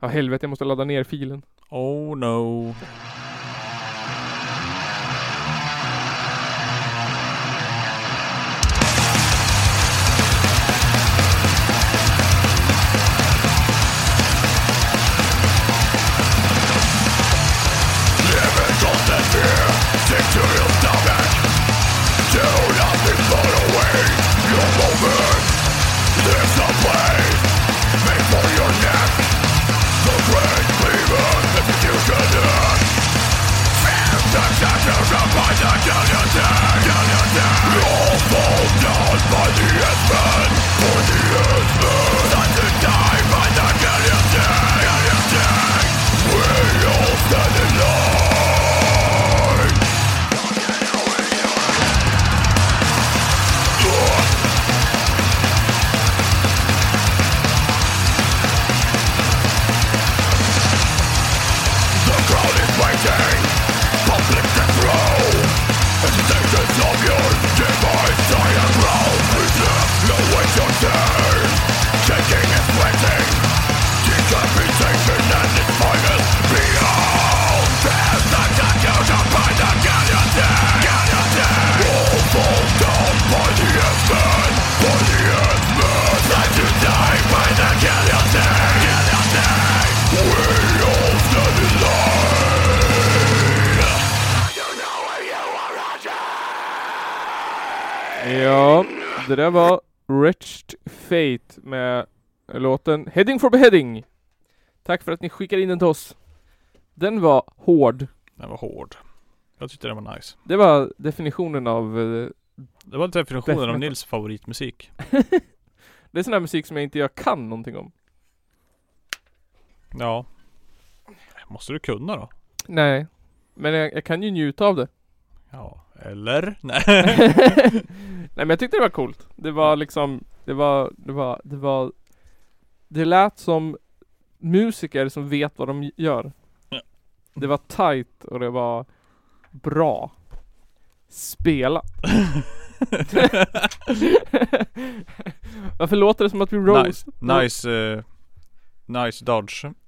Speaker 2: Ja helvete, jag måste ladda ner filen.
Speaker 3: Oh no.
Speaker 2: Ja, det där var Wretched Fate med låten Heading for Beheading. Tack för att ni skickade in den till oss. Den var hård.
Speaker 3: Den var hård. Jag tyckte den var nice.
Speaker 2: Det var definitionen av... eh,
Speaker 3: Det var definitionen av
Speaker 2: Definitivt.
Speaker 3: Nils favoritmusik.
Speaker 2: Det är sån här musik som jag inte jag kan någonting om.
Speaker 3: Ja. Måste du kunna då?
Speaker 2: Nej. Men jag, jag kan ju njuta av det.
Speaker 3: Ja. Eller? Nej.
Speaker 2: <laughs> Nej men jag tyckte det var coolt. Det var liksom, det var, det var, det var Det lät som musiker som vet vad de gör.
Speaker 3: Ja.
Speaker 2: Det var tight och det var bra. Spela. <laughs> Varför låter det som att vi roast?
Speaker 3: Nice. Nice. eh, nice dodge. <laughs>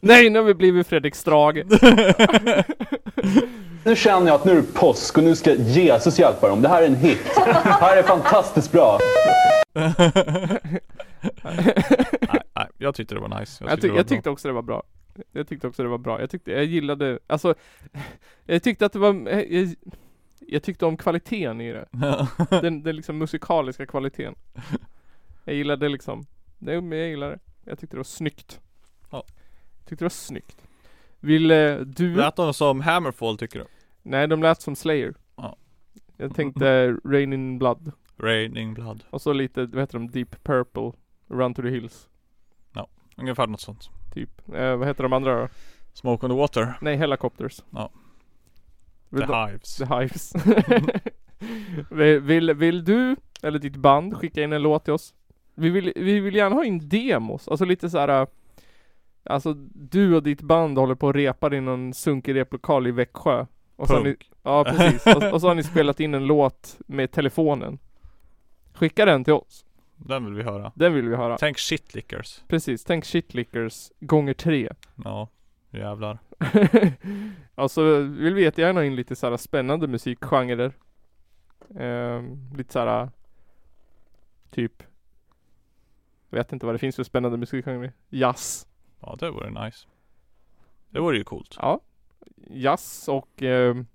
Speaker 2: Nej nu har vi blivit Fredrik Strage.
Speaker 4: Nu känner jag att nu är det påsk och nu ska Jesus hjälpa dem. Det här är en hit. Det här är fantastiskt bra.
Speaker 3: nej, nej, jag tyckte det var nice.
Speaker 2: Jag, tyck-
Speaker 3: det var
Speaker 2: jag
Speaker 3: bra.
Speaker 2: tyckte också det var bra. Jag tyckte också det var bra. Jag tyckte, jag gillade, alltså <laughs> Jag tyckte att det var, eh, jag, jag tyckte om kvaliteten
Speaker 3: <laughs>
Speaker 2: i det. Den, den liksom musikaliska kvaliteten. Jag gillade liksom, nej men jag gillade det. Jag tyckte det var snyggt.
Speaker 3: Ja.
Speaker 2: Jag tyckte det var snyggt. Vill eh, du?
Speaker 3: Lät de som Hammerfall tycker du?
Speaker 2: Nej de lät som Slayer.
Speaker 3: Ja.
Speaker 2: Jag tänkte eh, Rain in Blood.
Speaker 3: Raining Blood.
Speaker 2: Och så lite, vad heter de? Deep Purple. Run to the Hills.
Speaker 3: Ungefär något sånt.
Speaker 2: Typ. Eh, vad heter de andra då?
Speaker 3: Smoke on the Water.
Speaker 2: Nej, Helicopters.
Speaker 3: Ja.
Speaker 2: Vill
Speaker 3: The
Speaker 2: du-
Speaker 3: Hives.
Speaker 2: The Hives. <laughs> vill, vill, vill du, eller ditt band, skicka in en låt till oss? Vi vill, vi vill gärna ha in demos, alltså lite så här. äh, Alltså du och ditt band håller på och repar i någon sunkig replokal i Växjö. Och så har ni,
Speaker 3: Punk.
Speaker 2: ja precis, och, och så har ni spelat in en låt med telefonen. Skicka den till oss,
Speaker 3: Den vill vi höra.
Speaker 2: den vill vi höra.
Speaker 3: Tänk shitlickers.
Speaker 2: Precis, tänk shitlickers gånger tre.
Speaker 3: Ja, jävlar.
Speaker 2: <laughs> ja, så Alltså, vill vi jättegärna ha in lite såhär spännande musikgenrer. Ehm, lite såhär typ jag vet inte vad det finns för spännande musikgenrer. Jazz.
Speaker 3: Ja, det vore nice. Det vore ju coolt.
Speaker 2: Ja. Jazz och ehm,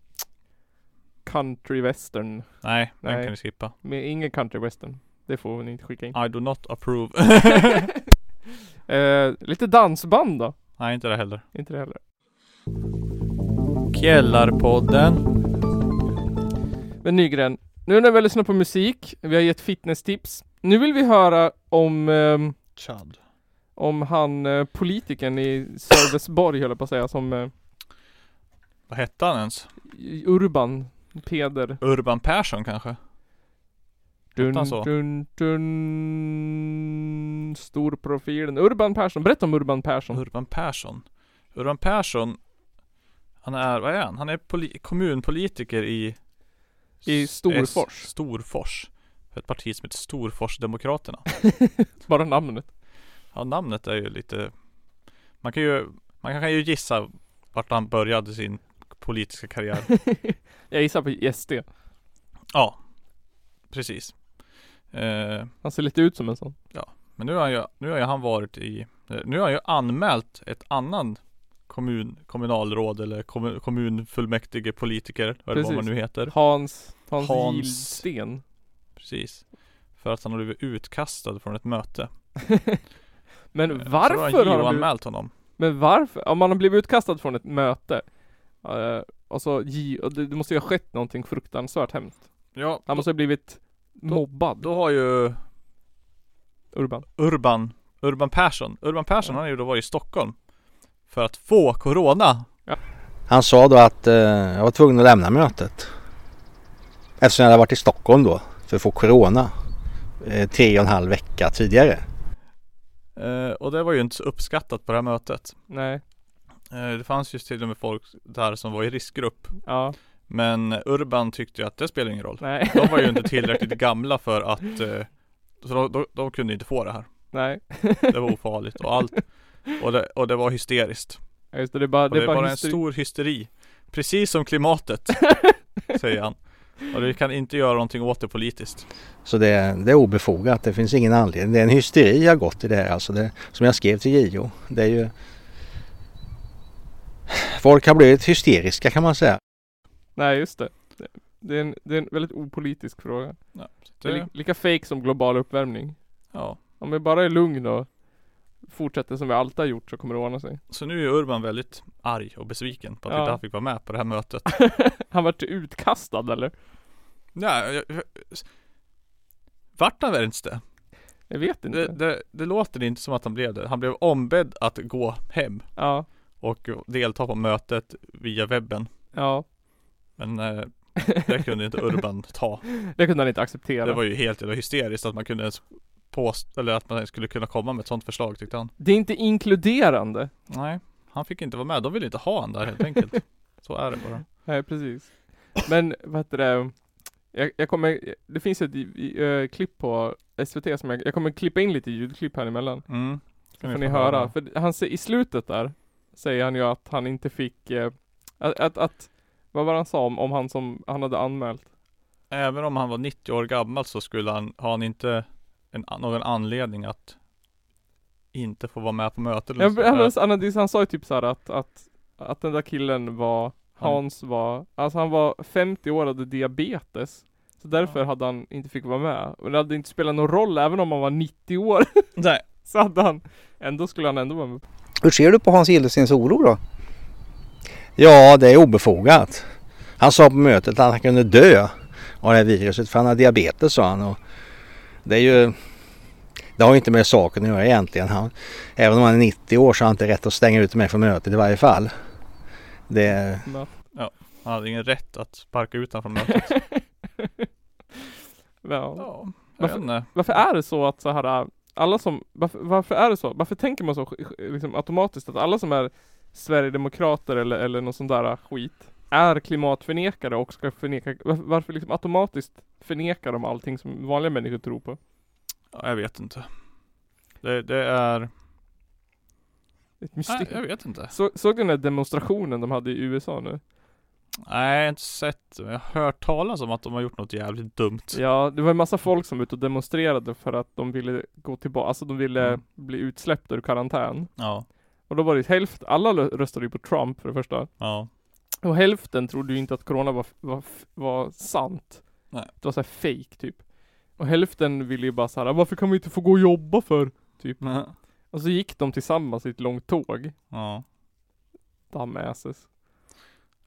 Speaker 2: country western.
Speaker 3: Nej, den
Speaker 2: Nej.
Speaker 3: kan ni skippa.
Speaker 2: Men ingen country western. Det får ni inte skicka in.
Speaker 3: I do not approve.
Speaker 2: <laughs>
Speaker 3: <laughs>
Speaker 2: Ehm, lite dansband då.
Speaker 3: Nej, inte det heller.
Speaker 2: Inte det heller.
Speaker 3: Källarpodden.
Speaker 2: Men Nygren, nu när vi har lyssnat på musik, vi har gett fitnesstips. Nu vill vi höra om ehm,
Speaker 3: Chad.
Speaker 2: Om han eh, politikern i Sölvesborg höll jag på att säga som eh,
Speaker 3: Vad hette han ens?
Speaker 2: Urban Peder
Speaker 3: Urban Persson kanske?
Speaker 2: dun,
Speaker 3: han så?
Speaker 2: dun, dun, Storprofilen Urban Persson, berätta om Urban Persson
Speaker 3: Urban Persson. Urban Persson. Han är, vad är han? Han är poli- kommunpolitiker i
Speaker 2: I Storfors.
Speaker 3: S- Storfors. För ett parti som heter Storforsdemokraterna. <laughs>
Speaker 2: Bara namnet
Speaker 3: Ja, namnet är ju lite Man kan ju Man kan ju gissa vart han började sin politiska
Speaker 2: <laughs>
Speaker 3: karriär
Speaker 2: Jag gissar på SD
Speaker 3: Ja Precis eh,
Speaker 2: Han ser lite ut som en sån
Speaker 3: Men nu har ju Nu har ju han varit i eh, Nu har han ju anmält ett annan Kommun, kommunalråd eller kommun, kommunfullmäktige politiker eller vad
Speaker 2: Precis.
Speaker 3: man nu heter
Speaker 2: Hans Hans,
Speaker 3: Hans.
Speaker 2: Gildsten
Speaker 3: Precis För att han har blivit utkastad från ett möte Eh,
Speaker 2: Men
Speaker 3: Så
Speaker 2: varför
Speaker 3: då har han
Speaker 2: har han blivit,
Speaker 3: anmält honom
Speaker 2: Men varför? Om man har blivit utkastad från ett möte eh, Och så J, och det, det måste ju ha skett någonting fruktansvärt hemskt
Speaker 3: Ja
Speaker 2: Han
Speaker 3: då,
Speaker 2: måste ha blivit mobbad
Speaker 3: då har ju
Speaker 2: Urban
Speaker 3: Urban Urban Persson Urban Persson han har ju då varit i Stockholm För att få Corona
Speaker 5: Han sa då att eh, jag var tvungen att lämna mötet. Eftersom jag hade varit i Stockholm då för att få Corona. Eh, tre och en halv vecka tidigare.
Speaker 3: eh, Och det var ju inte så uppskattat på det här mötet
Speaker 2: Nej
Speaker 3: eh, Det fanns ju till och med folk där som var i riskgrupp
Speaker 2: Ja
Speaker 3: Men Urban tyckte ju att det spelar ingen roll
Speaker 2: Nej.
Speaker 3: De var ju
Speaker 2: <laughs>
Speaker 3: inte tillräckligt gamla för att eh, Så de, de, de kunde inte få det här
Speaker 2: Nej.
Speaker 3: Det var ofarligt och allt Och det, och det var hysteriskt
Speaker 2: Ja, Just det, det är bara,
Speaker 3: Och
Speaker 2: det är bara
Speaker 3: en
Speaker 2: hysteri. <laughs>
Speaker 3: stor hysteri Precis som klimatet Säger han Och du kan inte göra någonting åt det politiskt.
Speaker 5: Så det, det är obefogat. Det finns ingen anledning. Det är en hysteri jag gått i det här. Alltså det, som jag skrev till JO. Det är ju... Folk har blivit hysteriska kan man säga.
Speaker 2: Nej just det. Det- Det är en, det är en väldigt opolitisk fråga. Det
Speaker 3: Det,
Speaker 2: är li- lika fake som global uppvärmning.
Speaker 3: ja.
Speaker 2: Om vi bara är lugn och fortsätter som vi alltid har gjort så kommer det ordna sig. <laughs>
Speaker 3: Så nu är Urban väldigt arg och besviken på att
Speaker 2: Ja.
Speaker 3: inte han fick vara med på det här mötet.
Speaker 2: Han vart utkastad eller?
Speaker 3: Nej, jag, jag, vart han väl inte det?
Speaker 2: Jag vet inte.
Speaker 3: Det, det? det låter inte som att han blev det. Han blev ombedd att gå hem
Speaker 2: Ja.
Speaker 3: och delta på mötet via webben.
Speaker 2: Ja.
Speaker 3: Men eh, det kunde
Speaker 2: <laughs>
Speaker 3: inte Urban ta.
Speaker 2: Det kunde han inte acceptera.
Speaker 3: Det var ju helt jävla hysteriskt att man kunde ens påstå, eller att man ens skulle kunna komma med ett sånt förslag tyckte han.
Speaker 2: Det är inte inkluderande.
Speaker 3: Nej, han fick inte vara med. De ville inte ha han där helt
Speaker 2: <laughs>
Speaker 3: enkelt. Så är det bara.
Speaker 2: Nej precis. Men vad heter det? Jag, jag kommer, det finns ett i- i- eh, klipp på SVT som jag, jag kommer klippa in lite ljudklipp här emellan.
Speaker 3: Mm.
Speaker 2: Får ni höra. För han säger, i slutet där, säger han ju att han inte fick, eh, att, att, att vad var det han sa om, om han som han hade anmält?
Speaker 3: Även om han var 90 år gammal så skulle han, har han inte en, någon anledning att inte få vara med på mötet. Äh, eller
Speaker 2: Jag,
Speaker 3: så.
Speaker 2: han, han, han, han sa ju typ så här att, att, att den där killen var,
Speaker 3: Han-
Speaker 2: Hans var, alltså han var 50 år och hade diabetes. Så därför
Speaker 3: Ja.
Speaker 2: hade han inte fick vara med. Och det hade inte spelat någon roll även om han var 90 år. <laughs>
Speaker 3: Nej.
Speaker 2: så hade han, ändå skulle han ändå vara med.
Speaker 6: Hur ser du på Hans Gillesens oro då?
Speaker 5: Ja, det är obefogat. Han sa på mötet att han kunde dö av det här viruset för han har diabetes sa han. Och det är ju... Det har ju inte med saken att göra egentligen. Han, även om han är 90 år så har han inte rätt att stänga ut mig från mötet i varje fall. Det,
Speaker 2: Men-
Speaker 3: <laughs> Han hade ingen rätt att sparka ut honom från
Speaker 2: <laughs>
Speaker 3: mötet.
Speaker 2: Ja.
Speaker 3: Ja, jag vet
Speaker 2: Varför-
Speaker 3: inte.
Speaker 2: Varför är det så att så här äh, alla som, varför, varför är det så? Varför tänker man så sk- liksom, automatiskt att alla som är Sverigedemokrater eller, eller någon sån där äh, skit är klimatförnekare och ska förneka, varför, varför liksom automatiskt förnekar de allting som vanliga människor tror på?
Speaker 3: Ja, jag vet inte. Det, det är...
Speaker 2: Ett
Speaker 3: Nej,
Speaker 2: mystik.
Speaker 3: jag vet inte.
Speaker 2: Så, såg du den där demonstrationen de hade i USA nu?
Speaker 3: Nej, jag har inte sett det, men jag har hört talas om att de har gjort något jävligt dumt.
Speaker 2: Ja, det var en massa folk som var ute och demonstrerade för att de ville gå tillbaka, alltså de ville
Speaker 3: Mm.
Speaker 2: bli utsläppta ur karantän.
Speaker 3: Ja.
Speaker 2: Och då var det hälften, alla lö- röstade ju på Trump för det första.
Speaker 3: Ja.
Speaker 2: Och hälften trodde ju inte att corona var, var, var sant.
Speaker 3: Nej.
Speaker 2: Det var såhär fake typ. Och hälften ville ju bara såhär, varför kan vi inte få gå och jobba för? Och så gick de tillsammans i ett långt tåg.
Speaker 3: Ja.
Speaker 2: Dumbasses.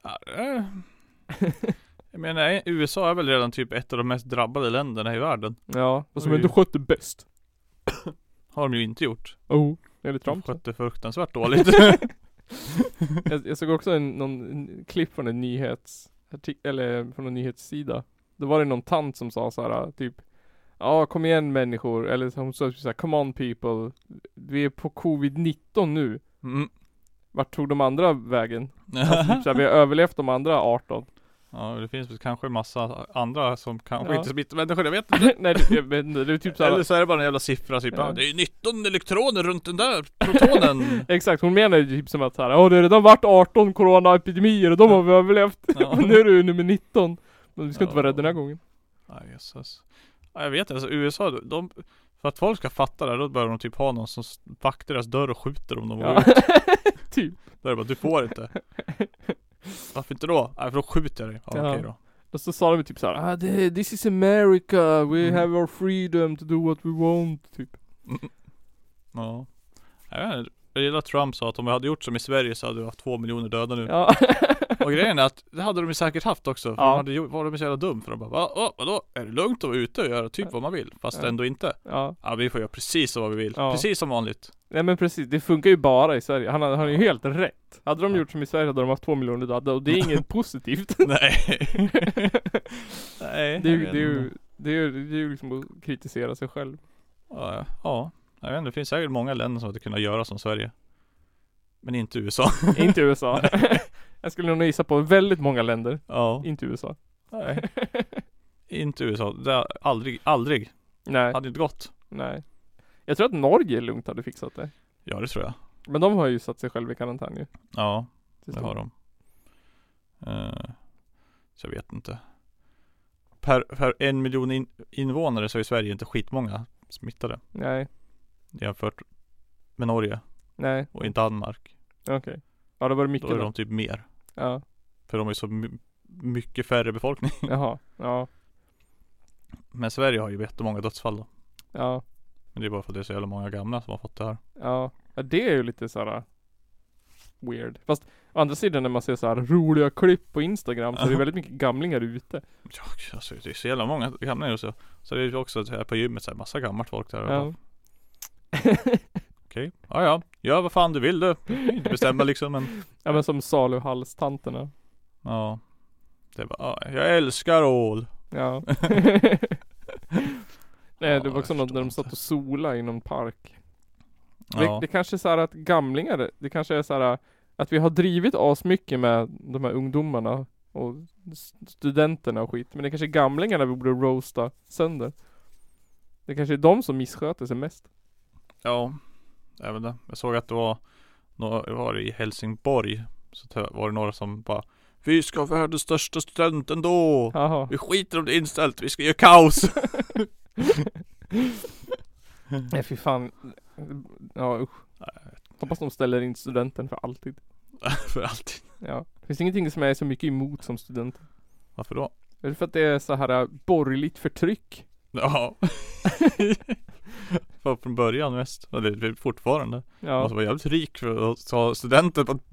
Speaker 3: Ja, eh. Jag menar, USA är väl redan typ ett av de mest drabbade länderna i världen.
Speaker 2: Ja, och som
Speaker 3: Oj.
Speaker 2: ändå skötte bäst.
Speaker 3: Har de ju inte gjort.
Speaker 2: Oh, enligt
Speaker 3: De
Speaker 2: Trump.
Speaker 3: skötte fruktansvärt
Speaker 2: <laughs>
Speaker 3: dåligt.
Speaker 2: jag, jag såg också en, någon en klipp från en nyhets, artik- eller från en nyhetssida. Då var det någon tant som sa så här typ Ja kom igen människor, eller så- hon sa typ så här, Come on people, vi är på covid-19 nu.
Speaker 3: Mm.
Speaker 2: Vart tog de andra vägen? Alltså, typ så här, vi har överlevt de andra 18.
Speaker 3: <laughs> Ja, det finns väl kanske en massa andra som kanske
Speaker 2: Ja.
Speaker 3: inte smittar människor, jag vet inte.
Speaker 2: <laughs> Nej det, jag vet inte, det är typ så
Speaker 3: Eller
Speaker 2: här,
Speaker 3: så är det bara en jävla siffra typ,
Speaker 2: Ja.
Speaker 3: ja. det är 19 elektroner runt den där
Speaker 2: <laughs>
Speaker 3: protonen.
Speaker 2: Exakt, hon menar ju typ som att såhär, ja det har redan varit 18 coronaepidemier och de har vi överlevt.
Speaker 3: Ja.
Speaker 2: <laughs> och nu är det nummer 19. Men vi ska inte
Speaker 3: Ja.
Speaker 2: vara rädda den här gången.
Speaker 3: Ja, Jesus. Ja, jag vet inte, alltså USA, de, för att folk ska fatta det här, då börjar de typ ha någon som s- vaktar deras dörr och skjuter om de går
Speaker 2: Ja. <laughs>
Speaker 3: ut.
Speaker 2: typ.
Speaker 3: Då är det bara, du får
Speaker 2: <laughs>
Speaker 3: inte. Varför inte då? Nej, för då skjuter jag dig. Ja,
Speaker 2: Ja.
Speaker 3: okej då.
Speaker 2: Och så sa de typ såhär, ah, det- this is America, we
Speaker 3: Mm.
Speaker 2: have our freedom to do what we want, typ.
Speaker 3: Ja. Jag, vet inte, jag gillar att Trump sa att om vi hade gjort som i Sverige så hade vi haft två miljoner döda nu.
Speaker 2: Ja. <laughs>
Speaker 3: Och grejen är att det hade de ju säkert haft också. För
Speaker 2: Ja.
Speaker 3: de hade ju, var de så jävla dum för de bara Va, oh, vadå? Är det lugnt att vara ute och göra typ vad man vill? Fast
Speaker 2: Ja.
Speaker 3: ändå inte.
Speaker 2: ja.
Speaker 3: Ja vi får göra precis som vad vi vill.
Speaker 2: Ja.
Speaker 3: Precis som
Speaker 2: <laughs>
Speaker 3: vanligt.
Speaker 2: Nej men precis, det funkar ju bara i Sverige. Han, har- han är ju helt rätt. Hade de
Speaker 3: Ja.
Speaker 2: gjort som i Sverige hade de haft två miljoner döda och det är
Speaker 3: <laughs>
Speaker 2: inget positivt.
Speaker 3: Nej. Nej.
Speaker 2: Det är,
Speaker 3: jag
Speaker 2: ju,
Speaker 3: vet
Speaker 2: det, är ju,
Speaker 3: inte.
Speaker 2: det, är, ju- det är ju liksom att kritisera
Speaker 3: <laughs>
Speaker 2: sig själv.
Speaker 3: Ja, ja. Jag vet inte, det finns säkert många länder som hade kunnat göra som Sverige. Men inte USA. <laughs>
Speaker 2: inte USA. <laughs> Jag skulle nog gissa på väldigt många länder.
Speaker 3: Ja.
Speaker 2: Inte USA.
Speaker 3: Nej. Inte USA. Det har aldrig, aldrig.
Speaker 2: <laughs> Nej,
Speaker 3: Hade inte gått.
Speaker 2: nej. Jag tror att Norge lugnt hade fixat det.
Speaker 3: Ja det tror jag.
Speaker 2: Men de har ju satt sig själva i karantän ju.
Speaker 3: Ja.
Speaker 2: Till
Speaker 3: Det
Speaker 2: stor-
Speaker 3: har de. Eh, så jag vet inte. per, per en miljon in, invånare så är Sverige inte skitmånga smittade
Speaker 2: Nej,
Speaker 3: jämfört med Norge
Speaker 2: nej,
Speaker 3: och i Danmark.
Speaker 2: okej. Ja det var det mycket
Speaker 3: Då är
Speaker 2: då.
Speaker 3: de typ mer.
Speaker 2: Ja,
Speaker 3: För de är så my- mycket färre befolkning. <laughs>
Speaker 2: jaha, ja,
Speaker 3: Men Sverige har ju jättemånga dödsfall då.
Speaker 2: ja,
Speaker 3: Men det är bara för att det är så jävla många gamla som har fått det här.
Speaker 2: ja. Ja det är ju lite såhär weird. Fast å andra sidan när man ser så här roliga klipp på Instagram så är det
Speaker 3: Ja.
Speaker 2: väldigt mycket gamlingar ute.
Speaker 3: Ja, alltså, det är så jävla många gamla just så. Så det är ju också så här på gymmet så här, massa gammalt folk där.
Speaker 2: Ja.
Speaker 3: Ja.
Speaker 2: <laughs>
Speaker 3: Okej, ja ja. Gör vad fan du vill du. Du kan ju inte bestämma liksom men.
Speaker 2: ja men som saluhalstanterna.
Speaker 3: Ja. Det är bara, ja, jag älskar ål. <laughs>
Speaker 2: Ja. Nej det
Speaker 3: jag
Speaker 2: var också något
Speaker 3: förstår
Speaker 2: när de
Speaker 3: inte.
Speaker 2: satt och sola i någon park. Det,
Speaker 3: Ja.
Speaker 2: det kanske är så här att gamlingar, det kanske är så här att vi har drivit oss mycket med de här ungdomarna och s- studenterna och skit. Men det kanske är gamlingarna vi borde roasta sönder. Det kanske är de som missköter sig mest.
Speaker 3: Ja, även det. Jag såg att det var några, det var i Helsingborg så tö- var det några som bara Vi ska ha världens största student ändå!
Speaker 2: Jaha.
Speaker 3: Vi skiter om det är inställt, vi ska göra kaos! <laughs>
Speaker 2: Nej fy fan. Ja usch. Hoppas de ställer in studenten för alltid.
Speaker 3: För alltid.
Speaker 2: Ja. Det finns ingenting som jag är så mycket emot som student.
Speaker 3: Varför då?
Speaker 2: Är det för att det är så här äh, borgerligt förtryck?
Speaker 3: Ja. Var från början mest, och det är det fortfarande. Man
Speaker 2: Ja,
Speaker 3: måste Alltså, vara jävligt rik för att ta studenten på, på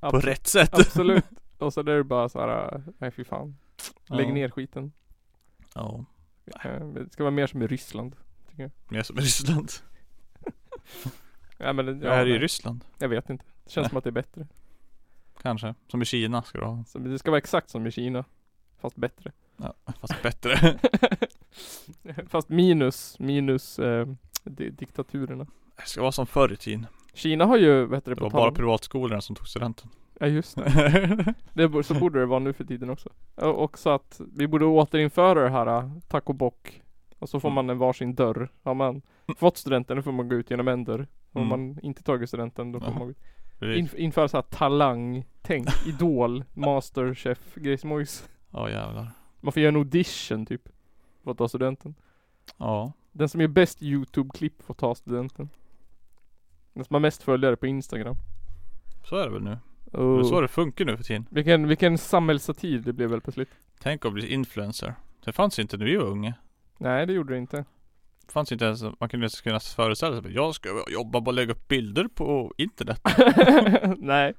Speaker 2: Ab-
Speaker 3: rätt sätt.
Speaker 2: absolut. Och så är det bara så här, äh, nej fy fan. Lägg
Speaker 3: Ja.
Speaker 2: ner skiten.
Speaker 3: Ja,
Speaker 2: Eh, Det ska vara mer som i Ryssland.
Speaker 3: mer som i Ryssland.
Speaker 2: Ja, men, det-
Speaker 3: Jag är i
Speaker 2: nej,
Speaker 3: Ryssland,
Speaker 2: Jag vet inte. Det känns som att det är bättre.
Speaker 3: kanske. Som i Kina ska det vara.
Speaker 2: Så det ska vara exakt som i Kina. Fast bättre. <laughs>
Speaker 3: Ja, fast bättre.
Speaker 2: Fast minus, minus eh, di- diktaturerna.
Speaker 3: Det ska vara som förr i tiden.
Speaker 2: Kina har ju, vad heter det,
Speaker 3: Det
Speaker 2: på
Speaker 3: var
Speaker 2: tal
Speaker 3: bara
Speaker 2: om-
Speaker 3: privatskolorna som tog studenten.
Speaker 2: <laughs> Ja just det. det. bo- Så borde det vara nu för tiden också. Och också att vi borde återinföra det här eh, tack och bock. Och så
Speaker 3: Mm.
Speaker 2: får man en varsin dörr. Har man fått studenten då får man gå ut genom en dörr. Om
Speaker 3: Mm.
Speaker 2: man inte tagit studenten då får
Speaker 3: Ja.
Speaker 2: man gå ut.
Speaker 3: Precis.
Speaker 2: Inf- Införa såhär talang,
Speaker 3: <laughs>
Speaker 2: tänk, idol, masterchef, grejsmojs.
Speaker 3: Ja jävlar.
Speaker 2: Man får göra en audition typ. För att ta studenten.
Speaker 3: Ja.
Speaker 2: Den som gör bäst YouTube-klipp får ta studenten. Den som har mest följare på Instagram.
Speaker 3: Så är det väl nu. Det är
Speaker 2: Oh.
Speaker 3: så det funkar nu för tiden.
Speaker 2: Vilken, vilken samhällssatir det blev väl på slut.
Speaker 3: Tänk att bli influencer. Det fanns inte när vi var unga.
Speaker 2: Nej det gjorde det inte.
Speaker 3: Det fanns inte ens, man kunde inte kunna föreställa sig. Jag ska jobba på att lägga upp bilder på internet.
Speaker 2: <laughs> Nej.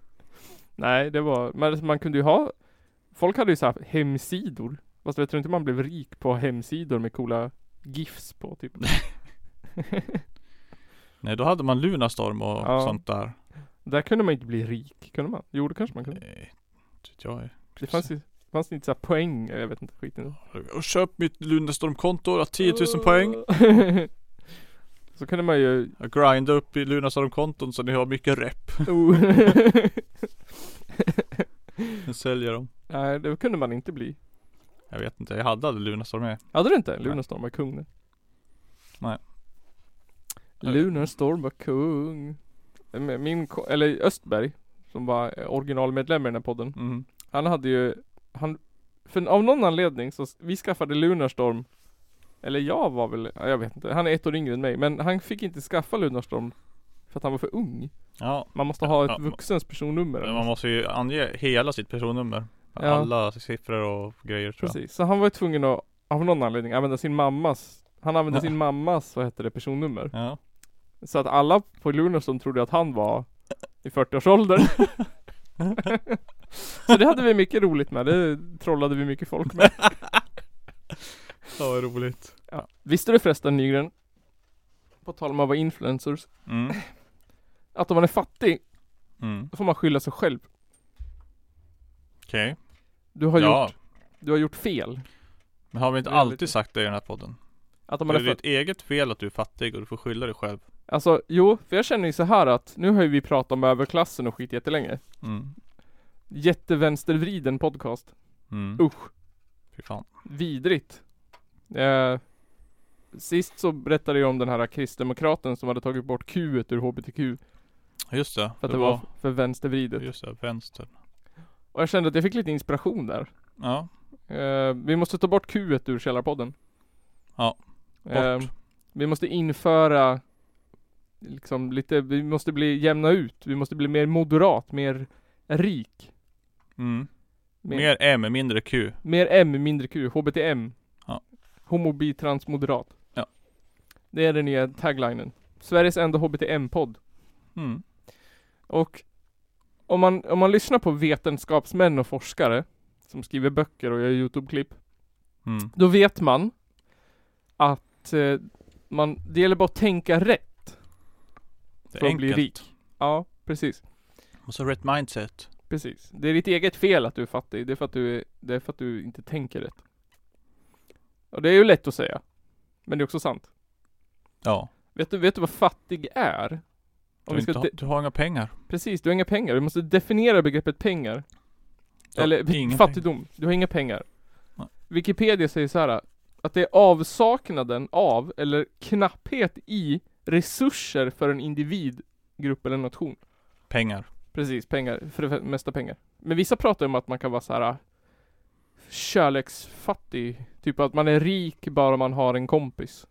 Speaker 2: Nej, det var, men alltså man kunde ju ha, folk hade ju så här hemsidor. Fast jag tror inte man blev rik på hemsidor med coola GIFs på typ.
Speaker 3: Nej då hade man Lunarstorm och
Speaker 2: Ja.
Speaker 3: sånt där.
Speaker 2: Där kunde man inte bli rik, kunde man? Jo det kanske man kunde.
Speaker 3: Nej. inte Eh, vet Jag
Speaker 2: Det fanns ju, fanns det inte så här poäng, jag vet inte skiten.
Speaker 3: Och köp mitt Lunarstorm-konto, jag har 10 000 poäng.
Speaker 2: <laughs> så kunde man ju,
Speaker 3: Jag grindar upp i Lunarstorm-konton så ni har mycket rep.
Speaker 2: oh. <laughs> Mm.
Speaker 3: Jag säljer dem.
Speaker 2: Nej det kunde man inte bli.
Speaker 3: Jag vet inte, jag hade aldrig Lunarstorm med.
Speaker 2: Hade du inte? Lunarstorm var kung nu.
Speaker 3: Nej.
Speaker 2: Lunarstorm var kung. Eh, Men Min, ko- eller Östberg, som var eh, originalmedlem i den här podden.
Speaker 3: Mm.
Speaker 2: Han hade ju, han, för av någon anledning så, s- vi skaffade Lunarstorm. Eller jag var väl, ja, jag vet inte, han är ett år yngre än mig. Men han fick inte skaffa Lunarstorm. För att han var för ung.
Speaker 3: Ja.
Speaker 2: Man måste ha
Speaker 3: Ja,
Speaker 2: ett
Speaker 3: ma-
Speaker 2: vuxens personnummer.
Speaker 3: Men man måste ju ange hela sitt personnummer.
Speaker 2: Ja.
Speaker 3: Alla siffror och grejer tror jag.
Speaker 2: Precis, så han var ju tvungen att av någon anledning använda sin mammas Han använde
Speaker 3: Ja.
Speaker 2: sin mammas, vad heter det, personnummer.
Speaker 3: Ja.
Speaker 2: Så att alla på Lunarstorm trodde att han var i 40-årsåldern.
Speaker 3: <laughs>
Speaker 2: så det hade vi mycket roligt med. Det trollade vi mycket
Speaker 3: <laughs>
Speaker 2: folk med.
Speaker 3: Ja, vad roligt.
Speaker 2: Ja. Visste du förresten Nygren? På tal om att vara influencers.
Speaker 3: Mm.
Speaker 2: Att om man är fattig,
Speaker 3: Mm.
Speaker 2: då får man skylla sig själv.
Speaker 3: Okej.
Speaker 2: Du har,
Speaker 3: Ja.
Speaker 2: gjort, du har gjort fel.
Speaker 3: Men har vi inte
Speaker 2: Det är
Speaker 3: alltid
Speaker 2: lite-
Speaker 3: sagt det i den här podden?
Speaker 2: Att om
Speaker 3: Det
Speaker 2: man
Speaker 3: är
Speaker 2: är fattig.
Speaker 3: ditt eget fel att du är fattig och du får skylla dig själv.
Speaker 2: Alltså, jo, för jag känner ju så här att nu har ju vi pratat om överklassen och skit jättelänge.
Speaker 3: Mm.
Speaker 2: Jättevänstervriden podcast.
Speaker 3: Mm.
Speaker 2: Usch.
Speaker 3: Fy fan.
Speaker 2: Vidrigt. Eh, sist så berättade jag om den här kristdemokraten som hade tagit bort Q ur HBTQ.
Speaker 3: Just det.
Speaker 2: För att det var för vänstervridet.
Speaker 3: Just det, vänster.
Speaker 2: Och jag kände att jag fick lite inspiration där.
Speaker 3: Ja.
Speaker 2: Eh, vi måste ta bort Q ur Källarpodden.
Speaker 3: Ja, bort.
Speaker 2: Eh, vi måste införa liksom lite, vi måste bli jämna ut. Vi måste bli mer moderat, mer rik.
Speaker 3: Mm.
Speaker 2: Mer,
Speaker 3: Mer M, mindre Q.
Speaker 2: mer M, mindre Q. HBTM.
Speaker 3: Ja.
Speaker 2: Homo, bi, trans, moderat.
Speaker 3: Ja.
Speaker 2: Det är den nya taglinen. Sveriges enda HBTM-podd.
Speaker 3: Mm.
Speaker 2: Och om man, om man lyssnar på vetenskapsmän och forskare som skriver böcker och gör Youtube-klipp,
Speaker 3: Mm.
Speaker 2: då vet man att eh, man, det gäller bara att tänka rätt
Speaker 3: Det är
Speaker 2: för att bli
Speaker 3: enkelt.
Speaker 2: rik. Ja, precis.
Speaker 3: Och så rätt mindset.
Speaker 2: Precis. Det är ditt eget fel att du är fattig. Det är för att du, är- det är för att du inte tänker rätt. Och det är ju lätt att säga. Men det är också sant.
Speaker 3: Ja.
Speaker 2: Vet du, vet du vad fattig är?
Speaker 3: Du, inte, ha-
Speaker 2: de-
Speaker 3: du har inga pengar.
Speaker 2: Precis, du har inga pengar. Du måste definiera begreppet pengar.
Speaker 3: Du har
Speaker 2: Eller <laughs>
Speaker 3: inga
Speaker 2: fattigdom. Du har inga pengar.
Speaker 3: Nej.
Speaker 2: Wikipedia säger så här att det är avsaknaden av, eller knapphet i, resurser för en individ, grupp eller nation.
Speaker 3: Pengar.
Speaker 2: Precis, pengar. För det mesta pengar. Men vissa pratar om att man kan vara så här äh, kärleksfattig. Typ att man är rik bara man har en kompis.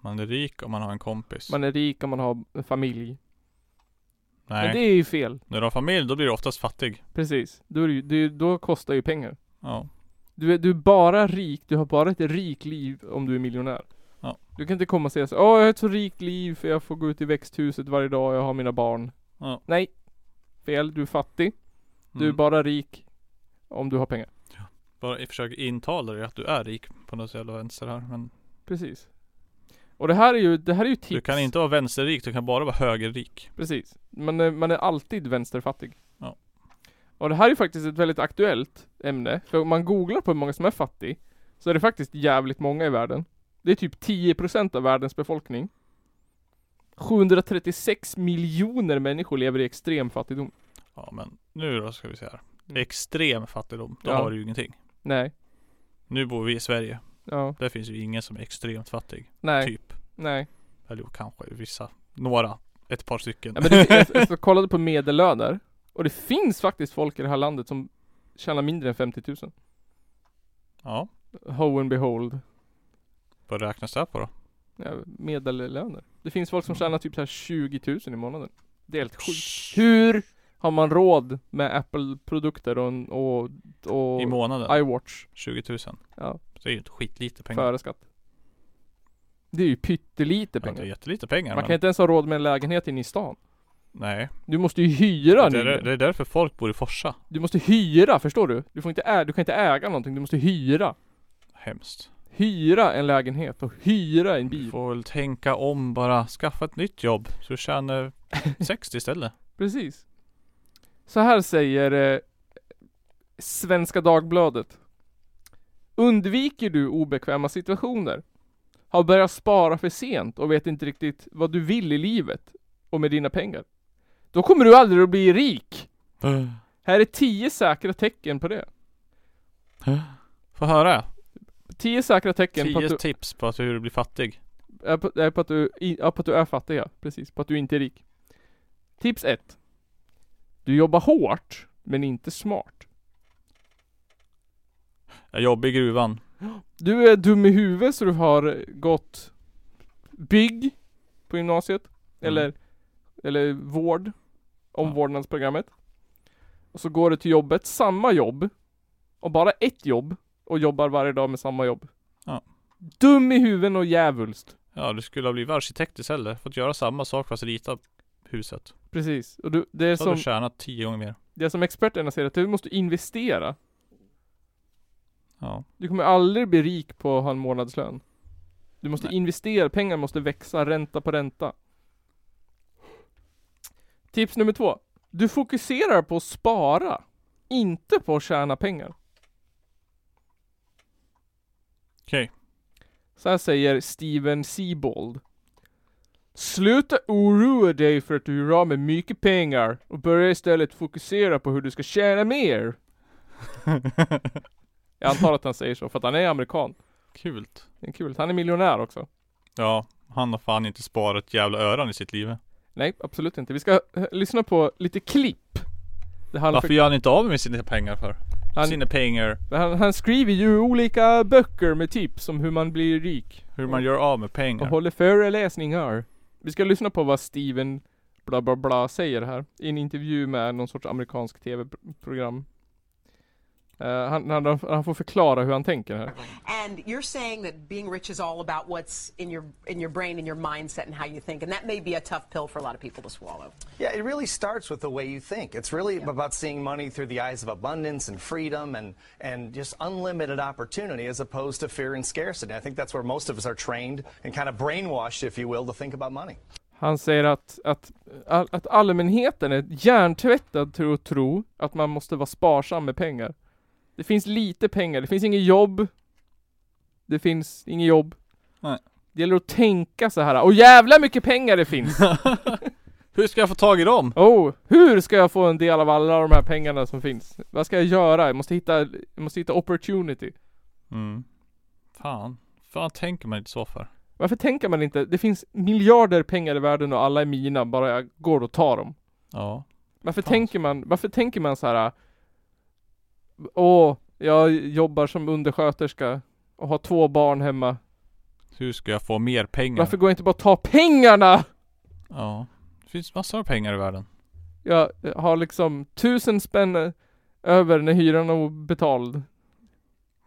Speaker 3: Man är rik om man har en kompis.
Speaker 2: Man är rik om man har en familj.
Speaker 3: Nej,
Speaker 2: Men det är ju fel.
Speaker 3: när du har familj då blir du oftast fattig.
Speaker 2: Precis. Då, är det ju, det, då kostar ju pengar.
Speaker 3: Ja.
Speaker 2: Du är, du är bara rik, du har bara ett rikt liv om du är miljonär.
Speaker 3: Ja.
Speaker 2: Du kan inte komma och säga så, åh jag har ett så rikt liv för jag får gå ut i växthuset varje dag och jag har mina barn.
Speaker 3: Ja.
Speaker 2: Nej. Fel, du är fattig. Du är
Speaker 3: Mm.
Speaker 2: bara rik om du har pengar.
Speaker 3: Bara försöker intala dig att du är rik på något jävla vänster här. Men
Speaker 2: Precis. Och det här är ju, det här är ju tips.
Speaker 3: du kan inte vara vänsterrik, du kan bara vara högerrik.
Speaker 2: Precis. Man är, man är alltid vänsterfattig.
Speaker 3: Ja.
Speaker 2: Och det här är faktiskt ett väldigt aktuellt ämne. För om man googlar på hur många som är fattig, så är det faktiskt jävligt många i världen. Det är typ 10% av världens befolkning. 736 miljoner människor lever i extrem fattigdom.
Speaker 3: Ja men nu då ska vi se här.
Speaker 2: Mm.
Speaker 3: Extrem fattigdom, då
Speaker 2: Ja.
Speaker 3: har du ju ingenting.
Speaker 2: Nej.
Speaker 3: Nu bor vi i Sverige.
Speaker 2: Ja.
Speaker 3: Där finns ju ingen som är extremt fattig.
Speaker 2: Nej.
Speaker 3: Typ.
Speaker 2: Nej.
Speaker 3: Eller jo, kanske vissa. Några. Ett par stycken.
Speaker 2: Ja, men det, jag, jag, jag kollade på medellöner. Och det finns faktiskt folk i det här landet som tjänar mindre än 50
Speaker 3: <laughs> ja.
Speaker 2: 000. Ho and behold.
Speaker 3: Vad räknas det här på då?
Speaker 2: Ja, medellöner. Det finns folk som
Speaker 3: Mm.
Speaker 2: tjänar typ så här 20 000 i månaden. Det är helt sjukt. Hur har man råd med Apple-produkter och, en- och, och
Speaker 3: I månaden?
Speaker 2: iWatch
Speaker 3: 20 000?
Speaker 2: Ja.
Speaker 3: Det är ju inte skitlite pengar.
Speaker 2: före skatt? Det är ju pyttelite
Speaker 3: pengar. Det är
Speaker 2: pengar.
Speaker 3: jättelite pengar.
Speaker 2: Man
Speaker 3: men...
Speaker 2: kan inte ens ha råd med en lägenhet inne i stan.
Speaker 3: Nej.
Speaker 2: Du måste ju hyra
Speaker 3: det, är,
Speaker 2: nu.
Speaker 3: det är därför folk bor i Forsa.
Speaker 2: Du måste hyra, förstår du? Du, får inte ä- du kan inte äga någonting, du måste hyra.
Speaker 3: Hemskt.
Speaker 2: Hyra en lägenhet och hyra en
Speaker 3: Du
Speaker 2: bil.
Speaker 3: får väl tänka om bara. Skaffa ett nytt jobb. Så du
Speaker 2: <laughs>
Speaker 3: tjänar 60 istället.
Speaker 2: Precis. Så här säger eh, Svenska Dagbladet. Undviker du obekväma situationer? Har börjat spara för sent och vet inte riktigt vad du vill i livet och med dina pengar? Då kommer du aldrig att bli rik! Här är 10 säkra tecken på det.
Speaker 3: Få höra.
Speaker 2: 10 säkra tecken på att,
Speaker 3: 10
Speaker 2: du,
Speaker 3: tips på att hur du blir fattig.
Speaker 2: är på, är på, att du, i, ja, på att du är fattig ja. Precis, på att du inte är rik. Tips 1. Du jobbar hårt, men inte smart.
Speaker 3: Jag jobbar i gruvan.
Speaker 2: Du är dum i huvudet så du har gått bygg på gymnasiet.
Speaker 3: Mm.
Speaker 2: Eller, eller vård. Omvårdnadsprogrammet. Och så går du till jobbet, samma jobb. Och bara ett jobb. Och jobbar varje dag med samma jobb.
Speaker 3: Ja.
Speaker 2: Dum i huvudet och djävulskt.
Speaker 3: Ja, du skulle ha blivit arkitekt istället. Fått göra samma sak fast rita huset.
Speaker 2: Precis. Och du, det, är
Speaker 3: Så hade
Speaker 2: som,
Speaker 3: du tjänat 10 gånger mer.
Speaker 2: det som experterna säger, att du måste investera. <laughs>
Speaker 3: Ja.
Speaker 2: Du kommer aldrig bli rik på att ha en månadslön. Du måste
Speaker 3: Nej.
Speaker 2: investera, pengar måste växa ränta på ränta. Tips nummer två. Du fokuserar på att spara, inte på att tjäna pengar.
Speaker 3: Okej.
Speaker 2: Så här säger Steven Seabold. Sluta oroa dig för att du gör av med mycket pengar och börja istället fokusera på hur du ska tjäna mer. Jag antar att han säger så för att han är amerikan.
Speaker 3: Kul.
Speaker 2: Det är kul. Han är miljonär också.
Speaker 3: Ja, han har fan inte sparat ett jävla öron i sitt liv.
Speaker 2: Nej, absolut inte. Vi ska eh, lyssna på lite klipp. Det handlar
Speaker 3: Varför gör han inte av med sina pengar för?
Speaker 2: Han-
Speaker 3: sina pengar,
Speaker 2: Han, han skriver ju olika böcker med tips om hur man blir rik
Speaker 3: hur man gör av med pengar.
Speaker 2: och håller föreläsningar. Vi ska lyssna på vad Steven bla bla bla säger här i en intervju med någon sorts amerikansk tv-program. Eh, han, han, han får förklara hur han tänker här.
Speaker 7: And you're saying that being rich is all about what's in your in your brain and your mindset and how you think, and that may be a tough pill for a lot of people to swallow.
Speaker 8: Yeah, it really starts with the way you think. It's really about seeing money through the eyes of abundance and freedom and, and just unlimited opportunity as opposed to fear and scarcity. I think that's where most of us are trained and kind of brainwashed, if you will, to think about money.
Speaker 2: Han säger att, att, all- att allmänheten är hjärntvättad till att tro att man måste vara sparsam med pengar. Det finns lite pengar, det finns inget jobb. Det finns inget jobb.
Speaker 3: Nej.
Speaker 2: Det gäller att tänka så här. och jävla mycket pengar det finns!
Speaker 3: Hur ska jag få tag i dem?
Speaker 2: oh, hur ska jag få en del av alla de här pengarna som finns? Vad ska jag göra? Jag måste hitta, jag måste hitta opportunity.
Speaker 3: Mm. Fan. Fan tänker man inte så för?
Speaker 2: Varför tänker man inte, det finns miljarder pengar i världen och alla är mina, bara jag går och tar dem.
Speaker 3: Ja.
Speaker 2: Varför
Speaker 3: Fan.
Speaker 2: tänker man, varför tänker man så här? Åh, jag jobbar som undersköterska och har två barn hemma.
Speaker 3: Hur ska jag få mer pengar?
Speaker 2: Varför går jag inte bara och tar pengarna?
Speaker 3: Ja. Det finns massor av pengar i världen.
Speaker 2: Jag har liksom tusen spänn över när hyran är betald.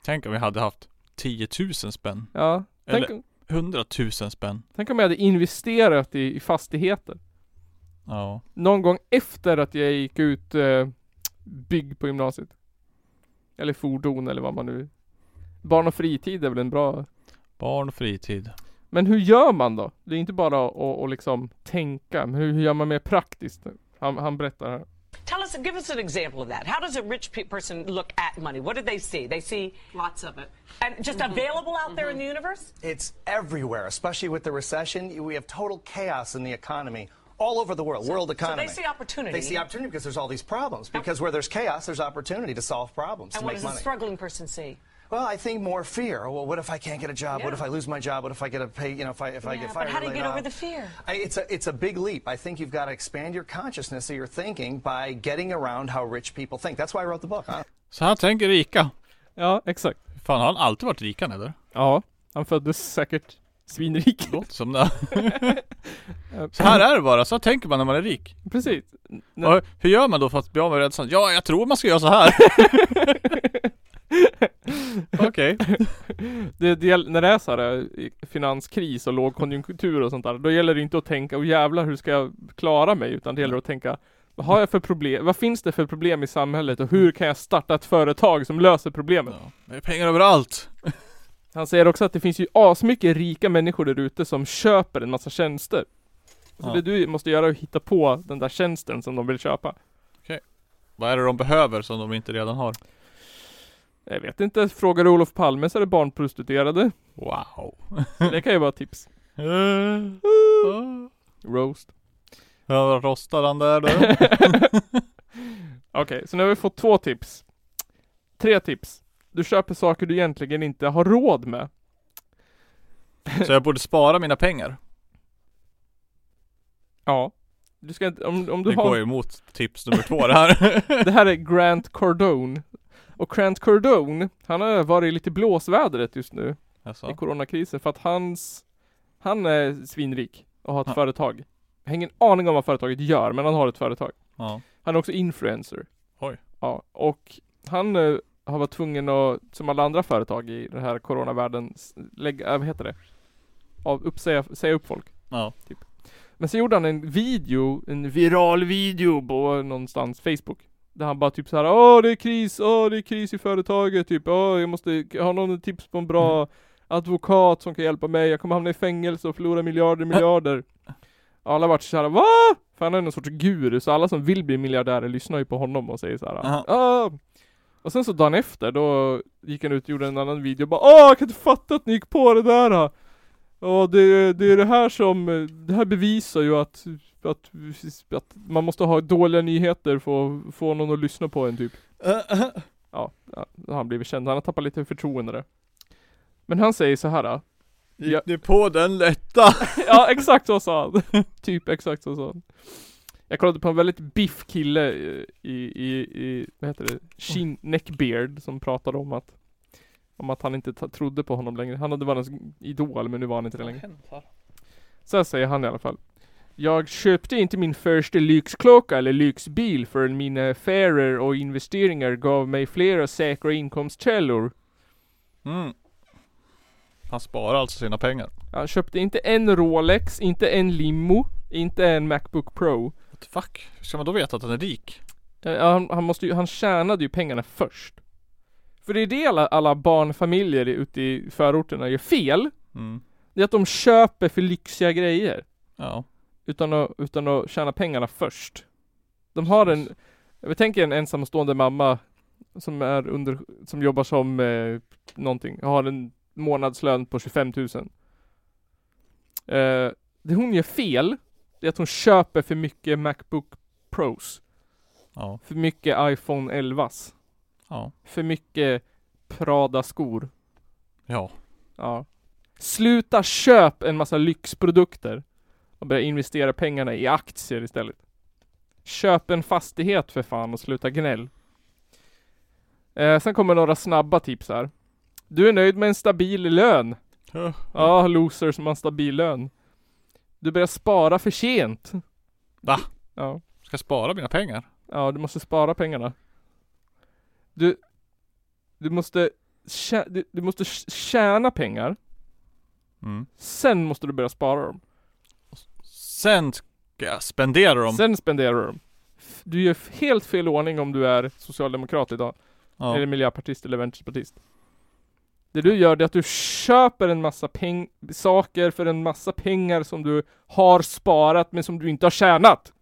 Speaker 3: Tänk om vi hade haft 10 000 spänn.
Speaker 2: Ja. Tänk,
Speaker 3: Eller- 100 000 spänn.
Speaker 2: tänk om jag hade investerat i, i fastigheter.
Speaker 3: Ja.
Speaker 2: Någon gång efter att jag gick ut eh, bygg på gymnasiet. Eller fordon eller vad man nu... Barn och fritid är väl en bra
Speaker 3: Barn och fritid.
Speaker 2: Men hur gör man då? Det är inte bara att, att, att liksom tänka, men hur, hur gör man mer praktiskt? Han, han berättar här.
Speaker 7: Tell us, give us an example of that. How does a rich pe- person look at money? What do they see? They see lots of it, and just available out there in the universe.
Speaker 8: It's everywhere, especially with the recession. We have total chaos in the economy all over the world, world
Speaker 7: so
Speaker 8: economy.
Speaker 7: they see opportunity.
Speaker 8: They see opportunity because there's all these problems. Because where there's chaos, there's opportunity to solve problems,
Speaker 7: And
Speaker 8: to
Speaker 7: what
Speaker 8: make
Speaker 7: does a
Speaker 8: money.
Speaker 7: struggling person see?
Speaker 8: Well, I think more fear. Well, what if I can't get a job? What
Speaker 7: Yeah.
Speaker 8: if I lose my job? What if I get a pay? You know, if I if I
Speaker 7: Yeah,
Speaker 8: get
Speaker 7: but
Speaker 8: fired. or
Speaker 7: how do you
Speaker 8: laid
Speaker 7: get over
Speaker 8: off?
Speaker 7: the fear?
Speaker 8: I, it's a it's a big leap. I think you've got to expand your consciousness of your thinking by getting around how rich people think. That's why I wrote the book. Huh?
Speaker 3: Så här tänker rika.
Speaker 2: Ja, exakt.
Speaker 3: Fan har han alltid varit rik han eller?
Speaker 2: Ja, han föddes säkert svinrik.
Speaker 3: Låter som det. Så här är det bara, så här tänker man när man är rik.
Speaker 2: <laughs> Precis. Nej.
Speaker 3: Och hur gör man då för att bli av med rädslan? Ja, jag tror man ska göra så
Speaker 2: <laughs>
Speaker 3: här. Okej.
Speaker 2: Det, det, gäll- när det är så här eh, finanskris och lågkonjunktur och sånt där, då gäller det inte att tänka, och jävlar hur ska jag klara mig? Utan det gäller att tänka, vad har jag för problem? Vad finns det för problem i samhället och hur kan jag starta ett företag som löser problemet?
Speaker 3: Ja, det är pengar överallt.
Speaker 2: Han säger också att det finns ju asmycket rika människor där ute som köper en massa tjänster. Så
Speaker 3: Ja.
Speaker 2: det du måste göra är att hitta på den där tjänsten som de vill köpa.
Speaker 3: Vad är det de behöver som de inte redan har?
Speaker 2: Jag vet inte, frågar du Olof Palme så är det barnprostituerade.
Speaker 3: Wow.
Speaker 2: Det kan ju vara ett tips. Roast.
Speaker 3: <laughs> Ja, rostar han där
Speaker 2: <laughs>
Speaker 3: då?
Speaker 2: Okej, så nu har vi fått två tips. Tre tips. Du köper saker du egentligen inte har råd med.
Speaker 3: Så jag borde spara mina pengar.
Speaker 2: Ja. Du ska inte, om, om du
Speaker 3: Det
Speaker 2: har...
Speaker 3: går ju emot tips nummer två det
Speaker 2: <laughs>
Speaker 3: här.
Speaker 2: Det här är Grant Cardone. Och Grant Cardone, han har varit lite i blåsvädret just nu. i
Speaker 3: Alltså,
Speaker 2: coronakrisen för att hans Han är svinrik och har ett
Speaker 3: Ja.
Speaker 2: företag Jag har ingen aning om vad företaget gör men han har ett företag <laughs>
Speaker 3: ja.
Speaker 2: Han är också influencer
Speaker 3: Oj.
Speaker 2: Ja och han eh, har varit tvungen att som alla andra företag i den här coronavärlden s- lägga, äh, vad heter det? Av, uppsäga, säga upp folk
Speaker 3: Ja.
Speaker 2: typ. Men så gjorde han en video, en viral video på någonstans Facebook där han bara typ så här, åh det är kris, åh det är kris i företaget, typ, åh jag måste, har någon tips på en bra advokat som kan hjälpa mig, jag kommer hamna i fängelse och förlora miljarder, miljarder. Alla har varit såhär, va? För han är någon sorts guru, så alla som vill bli miljardärer lyssnar ju på honom och säger såhär,
Speaker 3: Aha.
Speaker 2: åh. Och sen så dagen efter, då gick han ut och gjorde en annan video och bara, åh jag kan inte fatta att ni gick på det där! Ja det, det är det här som, eh, det här bevisar ju att att, att man måste ha dåliga nyheter för att få någon att lyssna på en typ. Ja, ja, då har han blivit känd. Han har tappat lite förtroende där. Men han säger så här. då. Ja.
Speaker 3: Gick ni på den lätta?
Speaker 2: <laughs> Ja, exakt så sa han. typ exakt så sa han. Jag kollade på en väldigt biff kille eh, i, i, i vad heter det, Sheen Neckbeard som pratade om att om att han inte ta- trodde på honom längre. Han hade varit hans idol men nu var han inte det längre. Så här säger han i alla fall. Jag köpte inte min första lyxklocka eller lyxbil förrän mina affärer och investeringar gav mig flera säkra inkomstkällor.
Speaker 3: Mm. Han sparar alltså sina pengar.
Speaker 2: Jag köpte inte en Rolex, inte en limo, inte en Macbook Pro.
Speaker 3: What the fuck? Hur ska man då veta att han är rik?
Speaker 2: Ja, Han, han, måste ju, han tjänade ju pengarna först. För det är det alla, alla barnfamiljer i- ute i förorterna gör fel.
Speaker 3: Mm.
Speaker 2: Det är att de köper för lyxiga grejer.
Speaker 3: Ja.
Speaker 2: Utan att, utan att tjäna pengarna först. De har en, jag tänker en ensamstående mamma som är under, som jobbar som eh, någonting, har en månadslön på 25 000. Eh, det hon gör fel, det är att hon köper för mycket Macbook Pros.
Speaker 3: Ja.
Speaker 2: För mycket iPhone 11s.
Speaker 3: Ja.
Speaker 2: För mycket Prada-skor.
Speaker 3: Ja.
Speaker 2: Ja. Sluta köp en massa lyxprodukter och börja investera pengarna i aktier istället. Köp en fastighet för fan och sluta gnäll. Eh, sen kommer några snabba tips här. Du är nöjd med en stabil lön.
Speaker 3: Huh. Mm.
Speaker 2: Ja, loser som har en stabil lön. Du börjar spara för sent.
Speaker 3: Va?
Speaker 2: Ja.
Speaker 3: Ska jag spara mina pengar?
Speaker 2: Ja, du måste spara pengarna. Du, du måste, tjä, du, du måste tjäna pengar.
Speaker 3: Mm.
Speaker 2: Sen måste du börja spara dem.
Speaker 3: Sen ska jag spendera dem.
Speaker 2: Sen spenderar du dem. F- Du gör f- helt fel ordning om du är socialdemokrat idag.
Speaker 3: ja.
Speaker 2: Eller miljöpartist eller vänsterpartist. Det du gör det är att du köper en massa peng- saker för en massa pengar som du har sparat men som du inte har tjänat.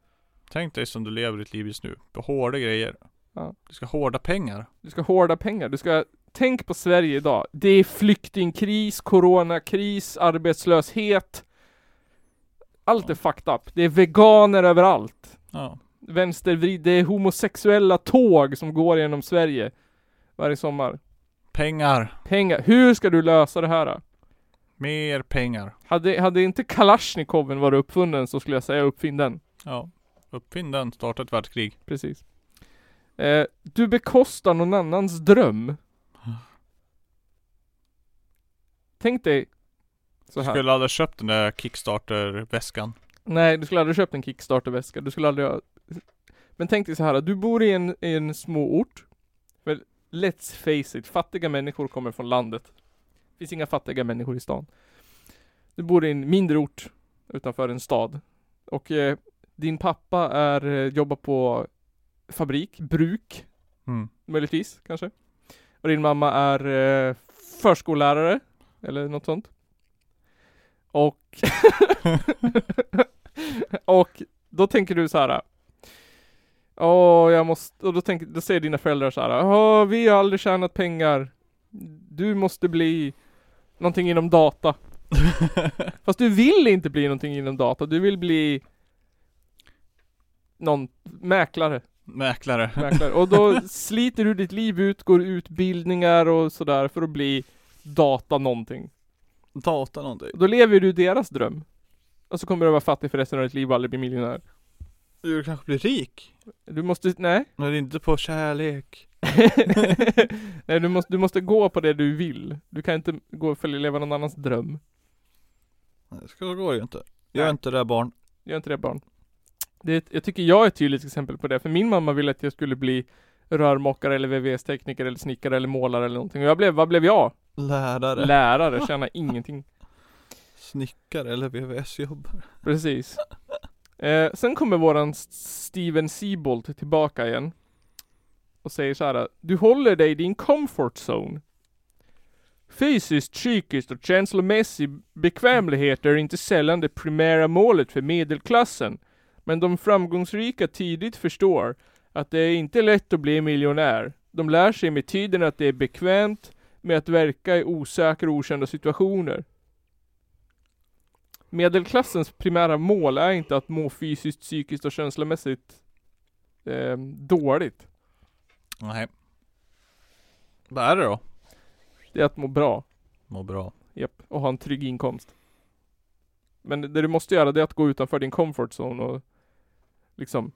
Speaker 3: Tänk dig som du lever ditt liv just nu. På hårda grejer.
Speaker 2: Ja.
Speaker 3: Du ska ha hårda pengar.
Speaker 2: Du ska hårda pengar. Du ska, tänk på Sverige idag. Det är flyktingkris, coronakris, arbetslöshet. Allt är fucked up. Det är veganer överallt.
Speaker 3: Ja.
Speaker 2: Vänstervrid, det är homosexuella tåg som går genom Sverige. Varje sommar.
Speaker 3: Pengar.
Speaker 2: Pengar. Hur ska du lösa det här? då?
Speaker 3: Mer pengar.
Speaker 2: Hade, hade inte Kalashnikoven varit uppfunnen så skulle jag säga uppfinn den.
Speaker 3: Ja. Uppfinn den. Starta ett världskrig.
Speaker 2: Precis. Eh, du bekostar någon annans dröm. Tänk dig så
Speaker 3: Du
Speaker 2: här.
Speaker 3: skulle aldrig köpt den där <laughs> Kickstarter-väskan.
Speaker 2: Nej, du skulle aldrig köpt en Kickstarter-väska. Du skulle aldrig ha... Men tänk dig så här. Du bor i en, i en småort. Well, let's face it. Fattiga människor kommer från landet. Det finns inga fattiga människor i stan. Du bor i en mindre ort utanför en stad. Och eh, din pappa är, eh, jobbar på fabrik, bruk.
Speaker 3: Mm.
Speaker 2: Möjligtvis, kanske. Och din mamma är eh, förskollärare, eller något sånt. Och... <laughs> och då tänker du så här. Åh, jag måste... Och då, tänker, då säger dina föräldrar så här. Åh, vi har aldrig tjänat pengar. Du måste bli någonting inom data. Fast du vill inte bli någonting inom data. Du vill bli någon mäklare
Speaker 3: Mäklare.
Speaker 2: mäklare. Och då sliter du ditt liv ut, går utbildningar och sådär för att bli data någonting.
Speaker 3: Data någonting.
Speaker 2: Och Då lever du deras dröm. Och så kommer du vara fattig för resten av ditt liv och aldrig bli miljonär.
Speaker 3: Du kanske blir rik.
Speaker 2: Du måste, nej.
Speaker 3: Men inte på kärlek.
Speaker 2: <laughs> nej, du måste, du måste gå på det du vill. Du kan inte gå och följa leva någon annans dröm.
Speaker 3: Nej, Det går ju inte. Gör
Speaker 2: Nej.
Speaker 3: inte det barn.
Speaker 2: Gör inte det barn. Det, är ett- jag tycker jag är ett tydligt exempel på det, för min mamma ville att jag skulle bli rörmokare eller VVS-tekniker eller snickare eller målare eller någonting. Och jag blev, vad blev jag?
Speaker 3: Lärare.
Speaker 2: Lärare, tjäna ingenting.
Speaker 3: Snickare eller VVS-jobbare.
Speaker 2: Precis. Eh, sen kommer våran S- Steven Seabolt tillbaka igen. Och säger så här. Du håller dig i din comfort zone. Fysiskt, psykiskt och känslomässig bekvämlighet är inte sällan det primära målet för medelklassen. Men de framgångsrika tidigt förstår att det är inte lätt att bli miljonär. De lär sig med tiden att det är bekvämt med att verka i osäkra och okända situationer. Medelklassens primära mål är inte att må fysiskt, psykiskt och känslomässigt eh, dåligt.
Speaker 3: Nej. Vad är det då?
Speaker 2: Det är att må bra.
Speaker 3: Må bra.
Speaker 2: Japp. Och ha en trygg inkomst. Men det du måste göra det är att gå utanför din comfort zone och liksom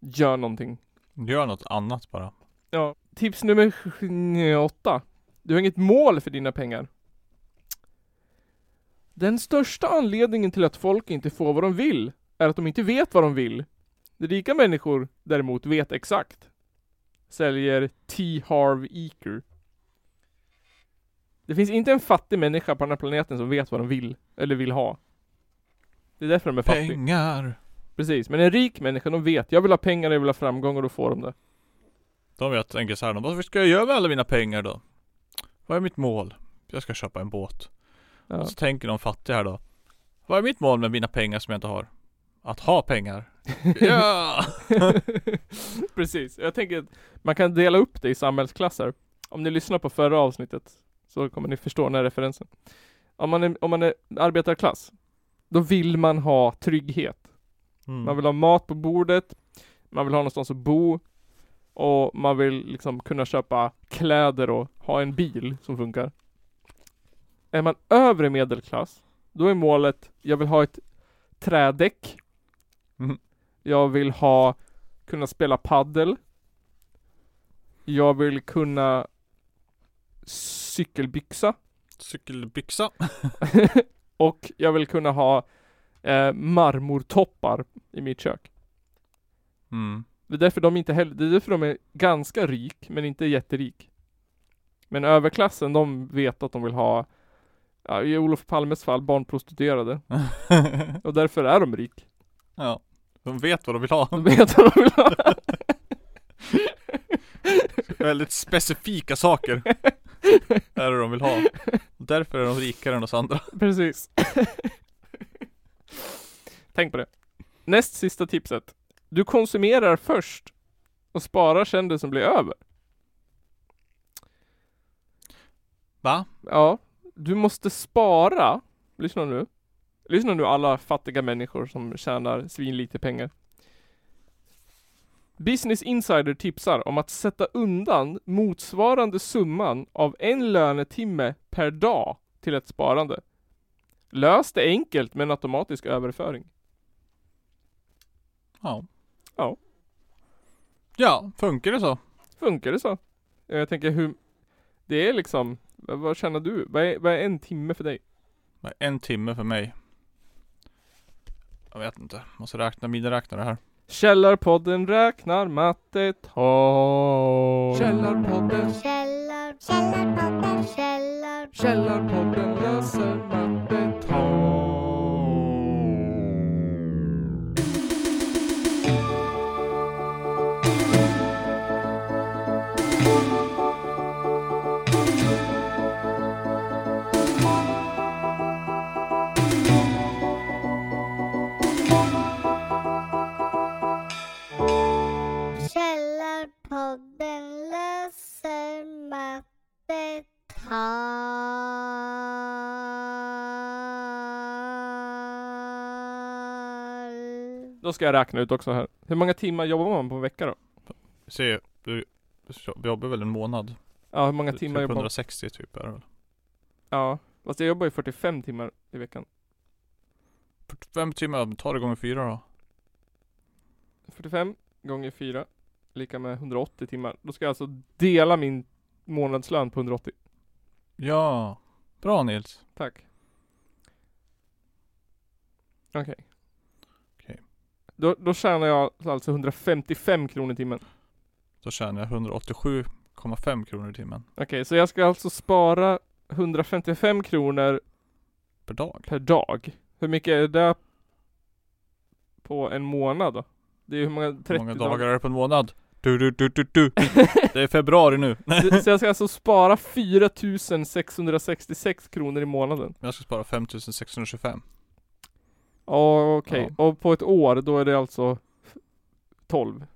Speaker 2: gör någonting.
Speaker 3: Gör något annat bara.
Speaker 2: Ja. Tips nummer sj- åtta. Du har inget mål för dina pengar. Den största anledningen till att folk inte får vad de vill är att de inte vet vad de vill. Rika människor däremot vet exakt. Säljer T. Harv Eker. Det finns inte en fattig människa på den här planeten som vet vad de vill, eller vill ha. Det är därför de är fattiga.
Speaker 3: Pengar!
Speaker 2: Precis, men en rik människa, de vet. Jag vill ha pengar, jag vill ha framgång och då får de det.
Speaker 3: De vet, tänker så här, vad ska jag göra med alla mina pengar då? Vad är mitt mål? Jag ska köpa en båt.
Speaker 2: Ja.
Speaker 3: Och så tänker de fattiga här då. Vad är mitt mål med mina pengar som jag inte har? Att ha
Speaker 2: <laughs>
Speaker 3: pengar. ja!
Speaker 2: Precis, jag tänker att man kan dela upp det i samhällsklasser. Om ni lyssnar på förra avsnittet så kommer ni förstå den här referensen. Om man är, om man är arbetarklass, då vill man ha trygghet. Man
Speaker 3: Mm.
Speaker 2: vill ha mat på bordet, man vill ha någonstans att bo och man vill liksom kunna köpa kläder och ha en bil som funkar. Är man övre medelklass, då är målet, jag vill ha ett trädäck.
Speaker 3: Mhm.
Speaker 2: Jag vill ha, kunna spela paddel. Jag vill kunna cykelbyxa. <laughs>
Speaker 3: Cykelbyxa.
Speaker 2: Och jag vill kunna ha eh, marmortoppar i mitt kök.
Speaker 3: Mm. <laughs>
Speaker 2: Det är därför de inte heller, det är därför de är ganska rik, men inte jätterik. Men överklassen, de vet att de vill ha, ja, i Olof Palmes fall, barnprostituerade. Och därför är de rik.
Speaker 3: ja. De vet vad de vill ha.
Speaker 2: De vet vad de vill ha.
Speaker 3: Väldigt specifika saker. är det de vill ha. Och därför är de rikare än oss andra.
Speaker 2: Precis. Tänk på det. Näst sista tipset. Du konsumerar först och sparar sen det som blir över.
Speaker 3: Va?
Speaker 2: Ja, du måste spara. Lyssna nu. Lyssna nu alla fattiga människor som tjänar svinlite pengar. Business Insider tipsar om att sätta undan motsvarande summan av en lönetimme per dag till ett sparande. Lös det enkelt med en automatisk överföring.
Speaker 3: Ja.
Speaker 2: Ja.
Speaker 3: Ja, funkar det så?
Speaker 2: Funkar det så? Jag tänker hur... Det är liksom... Vad vad tjänar du? Vad är, vad är en timme för dig?
Speaker 3: Vad är En timme för mig. Jag vet inte. Måste räkna miniräknare här.
Speaker 2: Källarpodden räknar mattetal.
Speaker 1: Källarpodden,
Speaker 9: Källar, källarpodden, källar,
Speaker 1: Källarpodden läser mattetal.
Speaker 9: källarpodden löser mattetal.
Speaker 2: Då ska jag räkna ut också här. Hur många timmar jobbar man på en vecka då?
Speaker 3: Se, du du jobbar väl en månad?
Speaker 2: Ja, hur många
Speaker 3: Typ
Speaker 2: timmar jobbar man?
Speaker 3: 160 typ är det väl?
Speaker 2: Ja, fast jag jobbar ju 45 timmar i veckan.
Speaker 3: 45 timmar, ta det gånger fyra då.
Speaker 2: 45 gånger 4 lika med 180 timmar. Då ska jag alltså dela min månadslön på 180.
Speaker 3: Ja. Bra Nils.
Speaker 2: Tack. Okej.
Speaker 3: Okej.
Speaker 2: Då, då tjänar jag alltså 155 kronor i timmen.
Speaker 3: Då tjänar jag 187,5 kronor i timmen.
Speaker 2: Okej, så jag ska alltså spara 155 kronor
Speaker 3: Per dag.
Speaker 2: per dag. Hur mycket är det på en månad då? Det är hur många, 30
Speaker 3: Hur många dagar är det på en månad? Du, du, du, du, du. Det är februari nu. <laughs>
Speaker 2: <laughs> Så- Så jag ska alltså spara 4666 kronor i månaden.
Speaker 3: Jag ska spara 5625.
Speaker 2: Ja, Okej, och på ett år då är det alltså 12.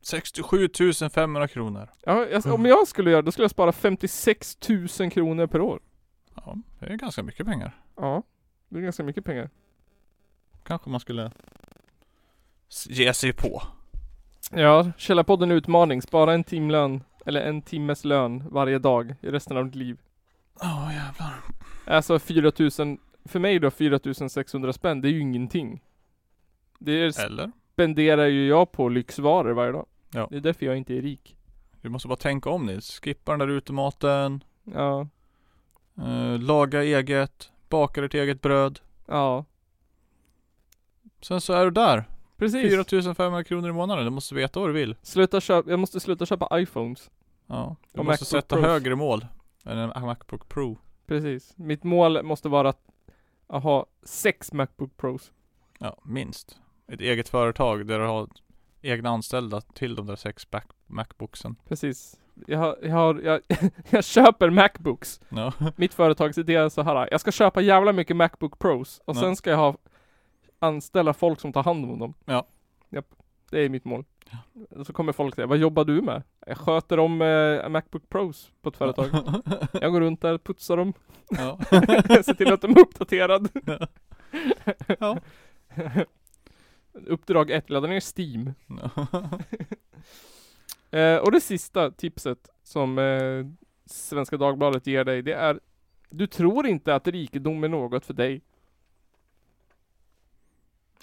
Speaker 3: 67 500 kronor.
Speaker 2: Ja, jag, om jag skulle göra det, då skulle jag spara 56 000 kronor per år.
Speaker 3: Ja, det är ganska mycket pengar.
Speaker 2: Ja, det är ganska mycket pengar.
Speaker 3: Kanske man skulle s- ge sig på.
Speaker 2: Ja, Källarpodden är utmaning. Spara en timlön, eller en timmes lön varje dag i resten av ditt liv.
Speaker 3: Ja jävlar.
Speaker 2: Alltså 4000, för mig då 4600 spänn, det är ju ingenting. Det är s-
Speaker 3: Eller?
Speaker 2: spenderar ju jag på lyxvaror varje dag.
Speaker 3: Ja.
Speaker 2: Det är därför jag inte är rik.
Speaker 3: Du måste bara tänka om Nils. Skippa den där utematen,
Speaker 2: Ja,
Speaker 3: eh, laga eget, baka ditt eget bröd.
Speaker 2: ja,
Speaker 3: Sen så är du där.
Speaker 2: precis.
Speaker 3: 4500 kronor i månaden. Du måste veta vad du vill.
Speaker 2: Sluta köpa, jag måste sluta köpa iPhones.
Speaker 3: Ja. Du
Speaker 2: Och
Speaker 3: måste
Speaker 2: Macbook
Speaker 3: sätta
Speaker 2: Pros.
Speaker 3: högre mål än en Macbook Pro.
Speaker 2: Precis. Mitt mål måste vara att att ha sex Macbook Pros.
Speaker 3: Ja, minst. Ett eget företag där du har egna anställda till de där sex back- Macbooksen.
Speaker 2: Precis. Jag, har, jag, har, jag, <laughs> jag köper Macbooks.
Speaker 3: Ja.
Speaker 2: Mitt företags idé är så här. Jag ska köpa jävla mycket Macbook Pros och
Speaker 3: Ja.
Speaker 2: sen ska jag ha anställa folk som tar hand om dem.
Speaker 3: Ja.
Speaker 2: Japp. Det är mitt mål. Och Så kommer folk säga, vad jobbar du med? Jag sköter om eh, Macbook Pros på ett företag. Jag går runt där, putsar dem,
Speaker 3: <laughs>
Speaker 2: <laughs>
Speaker 3: ja.
Speaker 2: ser till att de är uppdaterade.
Speaker 3: Ja.
Speaker 2: <laughs> Uppdrag 1, ladda ner Steam.
Speaker 3: Ja.
Speaker 2: Eh, och det sista tipset som eh, Svenska Dagbladet ger dig, det är Du tror inte att rikedom är något för dig.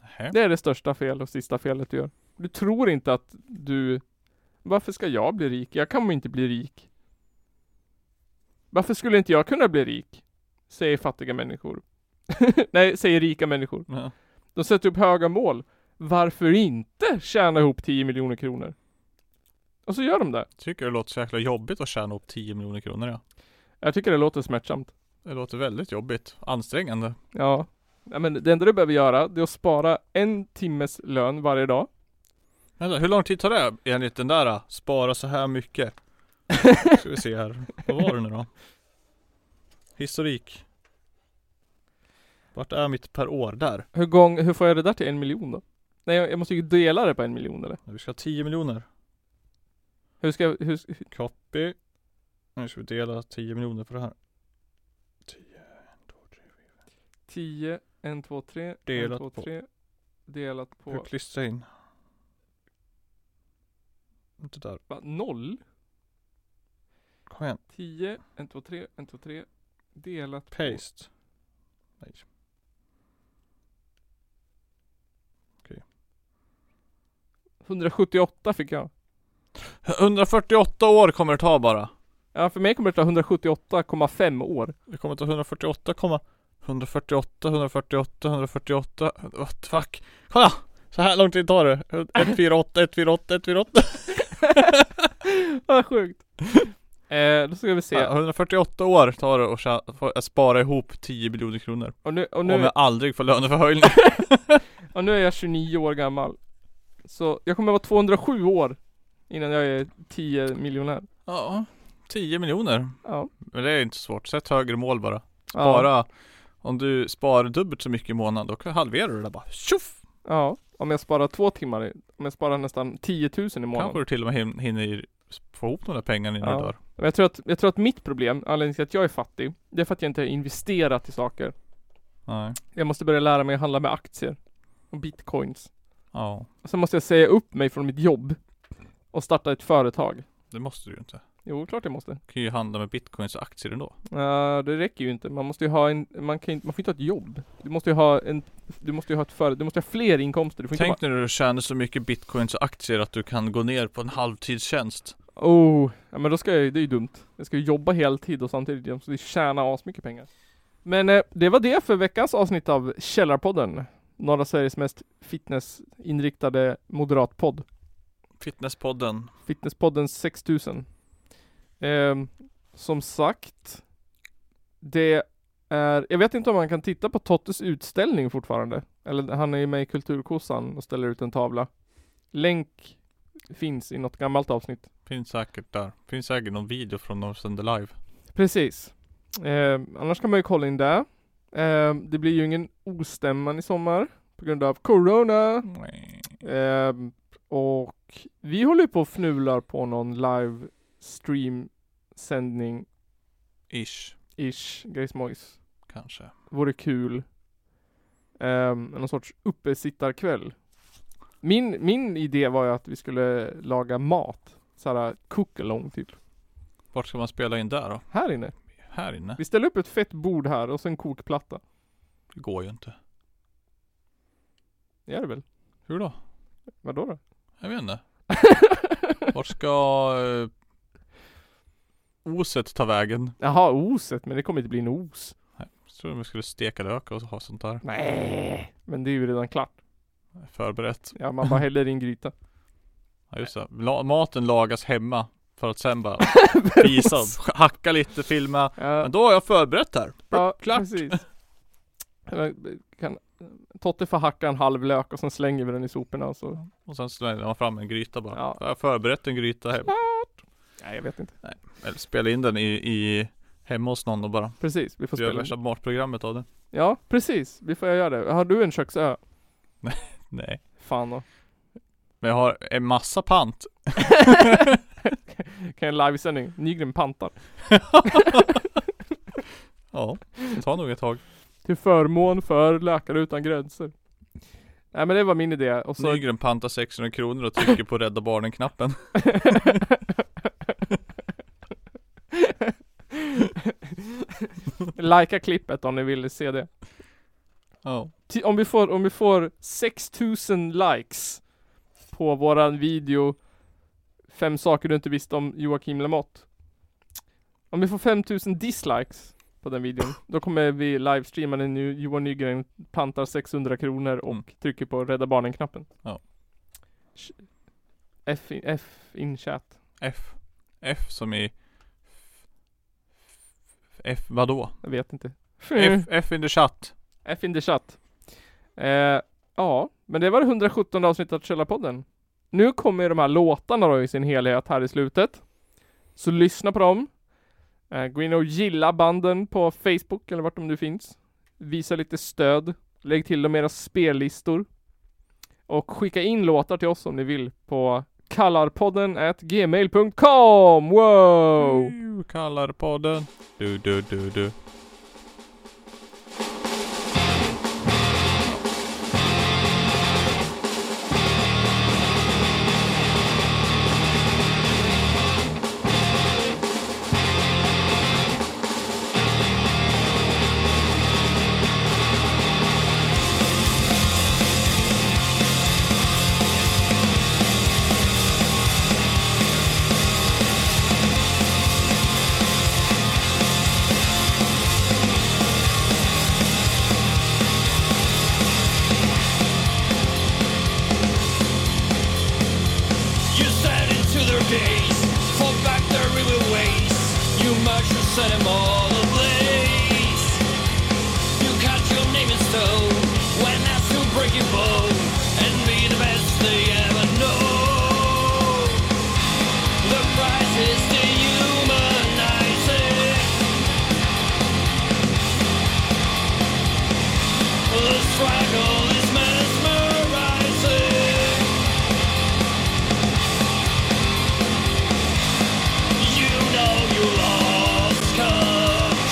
Speaker 3: Nähä.
Speaker 2: Det är det största fel och sista felet du gör. Du tror inte att du Varför ska jag bli rik? Jag kan inte bli rik. Varför skulle inte jag kunna bli rik? Säger fattiga människor. <laughs> Nej, säger rika människor.
Speaker 3: Ja.
Speaker 2: De sätter upp höga mål. Varför inte tjäna ihop 10 miljoner kronor? Och så gör de det.
Speaker 3: Tycker det låter så jäkla jobbigt att tjäna upp 10 miljoner kronor ja.
Speaker 2: Jag tycker det låter smärtsamt.
Speaker 3: Det låter väldigt jobbigt. Ansträngande.
Speaker 2: Ja. Nej, men det enda du behöver göra, det är att spara en timmes lön
Speaker 3: <laughs>
Speaker 2: varje dag.
Speaker 3: Vänta, hur lång tid tar det enligt den där ah, spara så här mycket? Ska vi se här. Vad var det nu då? Historik. Vart är mitt per år? Där.
Speaker 2: Hur, gång, hur får jag det där till en miljon då? Nej, jag, jag måste ju dela det på en miljon eller?
Speaker 3: Vi ska ha 10 miljoner.
Speaker 2: Hur ska jag, hur, hur-
Speaker 3: Copy. Nu ska vi dela 10 miljoner på det här. 10, 1, 2, 3.
Speaker 2: 10, 1, 2, 3,
Speaker 3: Delat
Speaker 2: 1, 2,
Speaker 3: på.
Speaker 2: 3, delat
Speaker 3: Hur
Speaker 2: på,
Speaker 3: klistrar jag in? Inte där.
Speaker 2: va, 0?
Speaker 3: Kom igen.
Speaker 2: 10, 1, 2, 3, 1, 2, 3, delat på.
Speaker 3: Paste. Nej. Okej.
Speaker 2: 178 fick jag.
Speaker 3: 148 år kommer det ta bara.
Speaker 2: Ja, för mig kommer det ta 178,5
Speaker 3: <laughs>
Speaker 2: år. <laughs>
Speaker 3: Det kommer ta 148, komma 148, 148, 148. What the fuck? Kolla! Så här lång tid tar det. 148, 148, 148.
Speaker 2: Vad sjukt. eh, då ska vi se.
Speaker 3: Ja, 148 år tar det att tjä- få- att spara ihop 10 miljoner kronor.
Speaker 2: Och nu, och
Speaker 3: Om
Speaker 2: nu,
Speaker 3: jag aldrig får löneförhöjning. <laughs>
Speaker 2: och nu är jag 29 år gammal. Så jag kommer vara 207 år innan jag är 10 miljonär.
Speaker 3: ja, 10 miljoner.
Speaker 2: Ja.
Speaker 3: Men det är inte så svårt. Sätt högre mål bara.
Speaker 2: Ja.
Speaker 3: Spara. Om du sparar dubbelt så mycket i månaden, då kan- halverar du det bara. Tjoff!
Speaker 2: Ja, om jag sparar två timmar, i- om jag sparar nästan 10 000 i månaden.
Speaker 3: Kanske du till och med hin- hinner få ihop de där pengarna innan
Speaker 2: Ja.
Speaker 3: du dör.
Speaker 2: Men Jag tror, att, jag tror att mitt problem, anledningen till att jag är fattig, det är för att jag inte har investerat i saker.
Speaker 3: Nej.
Speaker 2: Jag måste börja lära mig att handla med aktier och bitcoins.
Speaker 3: Ja.
Speaker 2: Och sen måste jag säga upp mig från mitt jobb och starta ett företag.
Speaker 3: Det måste du ju inte.
Speaker 2: Jo, klart jag måste.
Speaker 3: kan ju handla med bitcoins och aktier ändå.
Speaker 2: Nej, det räcker ju inte. Man måste ju ha en, man kan ju inte, man får inte ha ett jobb. Du måste ju ha en, du måste ju ha ett företag, du måste ha fler inkomster. Du får
Speaker 3: Tänk
Speaker 2: inte
Speaker 3: när du tjänar så mycket bitcoins och aktier att du kan gå ner på en halvtidstjänst.
Speaker 2: bara, oh, ja men då ska jag ju, det är ju dumt. Jag ska ju jobba heltid och samtidigt jag måste tjäna asmycket pengar. Men eh, det var det för veckans avsnitt av Källarpodden. Norra Sveriges mest fitnessinriktade moderatpodd.
Speaker 3: Fitnesspodden.
Speaker 2: Fitnesspodden 6000. Ehm, som sagt, det är, jag vet inte om man kan titta på Tottes utställning fortfarande. Eller han är ju med i Kulturkossan och ställer ut en tavla. Länk finns i något gammalt avsnitt.
Speaker 3: Finns säkert där. Finns säkert någon video från de sände live.
Speaker 2: Precis. Ehm, annars kan man ju kolla in där. Ehm, det blir ju ingen ostämman i sommar på grund av Corona.
Speaker 3: Nej.
Speaker 2: Ehm, och vi håller ju på och fnular på någon live stream sändning
Speaker 3: Ish.
Speaker 2: ish, grejsmojs.
Speaker 3: Kanske.
Speaker 2: Vore kul. Ehm, någon sorts uppesittarkväll. Min, min idé var ju att vi skulle laga mat. Såhär cook-along typ.
Speaker 3: Vart ska man spela in där då?
Speaker 2: Här inne.
Speaker 3: Här inne?
Speaker 2: Vi ställer upp ett fett bord här och så en kokplatta.
Speaker 3: Det går ju inte.
Speaker 2: Det är det väl?
Speaker 3: Hur då? <laughs>
Speaker 2: Vadå då?
Speaker 3: Jag vet inte. Vart ska eh, oset ta vägen?
Speaker 2: Jaha, oset. Men det kommer inte bli en os.
Speaker 3: Jag tror vi skulle steka lök och ha sånt där
Speaker 2: Nej. Men det är ju redan klart.
Speaker 3: förberett.
Speaker 2: Ja, man bara häller i en gryta.
Speaker 3: Ja, just det. La- maten lagas hemma för att sen bara visa, hacka lite, filma.
Speaker 2: Ja,
Speaker 3: Men då har jag förberett här.
Speaker 2: ja
Speaker 3: klart.
Speaker 2: precis. Eller, Kan, Totte får hacka en halv lök och sen slänger vi den i soporna och så.
Speaker 3: Och sen slänger man fram en gryta bara.
Speaker 2: Ja.
Speaker 3: Jag har förberett en gryta hem.
Speaker 2: Nej, jag vet inte.
Speaker 3: Eller spela in den i, i hemma hos någon och bara
Speaker 2: Precis, vi får
Speaker 3: göra
Speaker 2: spela.
Speaker 3: värsta matprogrammet av det.
Speaker 2: Ja, precis. Vi får göra det. Har du en köksö?
Speaker 3: Nej.
Speaker 2: Fan och. <laughs>
Speaker 3: Men jag har en massa pant.
Speaker 2: Kan jag livesändning? Nygren pantar.
Speaker 3: Ja, det tar nog ett tag.
Speaker 2: Till förmån för Läkare Utan Gränser. Nej men det var min idé och <laughs> så...
Speaker 3: Nygren pantar 600 kronor och trycker på rädda barnen-knappen.
Speaker 2: Lika klippet om ni vill se det.
Speaker 3: Ja.
Speaker 2: Ti- Om vi får, om vi får 6000 likes på våran video Fem saker du inte visste om Joakim Lamotte. Om vi får 5000 dislikes på den videon, då kommer vi livestreama när nu Johan Nygren pantar 600 kronor och
Speaker 3: Mm.
Speaker 2: trycker på rädda barnen-knappen.
Speaker 3: Ja.
Speaker 2: Sh- F, in, F in chat.
Speaker 3: F. F som i... F vadå?
Speaker 2: Jag vet inte. Mm.
Speaker 3: F, F in the chat.
Speaker 2: F in the chat. Eh, ja, men det var det 117 avsnittet av Källarpodden. Nu kommer ju de här låtarna då i sin helhet här i slutet. Så lyssna på dem. Eh, gå in och gilla banden på Facebook eller vart de nu finns. Visa lite stöd. Lägg till dem i era spellistor. Och skicka in låtar till oss om ni vill på kallarpodden at gmail.com. Wow!
Speaker 3: Du kallar podden. Du, du, du, du.
Speaker 1: You set into their gaze, fall back their evil ways. You march and set them all ablaze. You cut your name in stone when asked to break your bone and be the best they ever know. The price is dehumanizing. The struggle is mesmerizing. You know you lost cause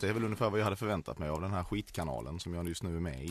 Speaker 5: Det är väl ungefär vad jag hade förväntat mig av den här skitkanalen som jag just nu är med i.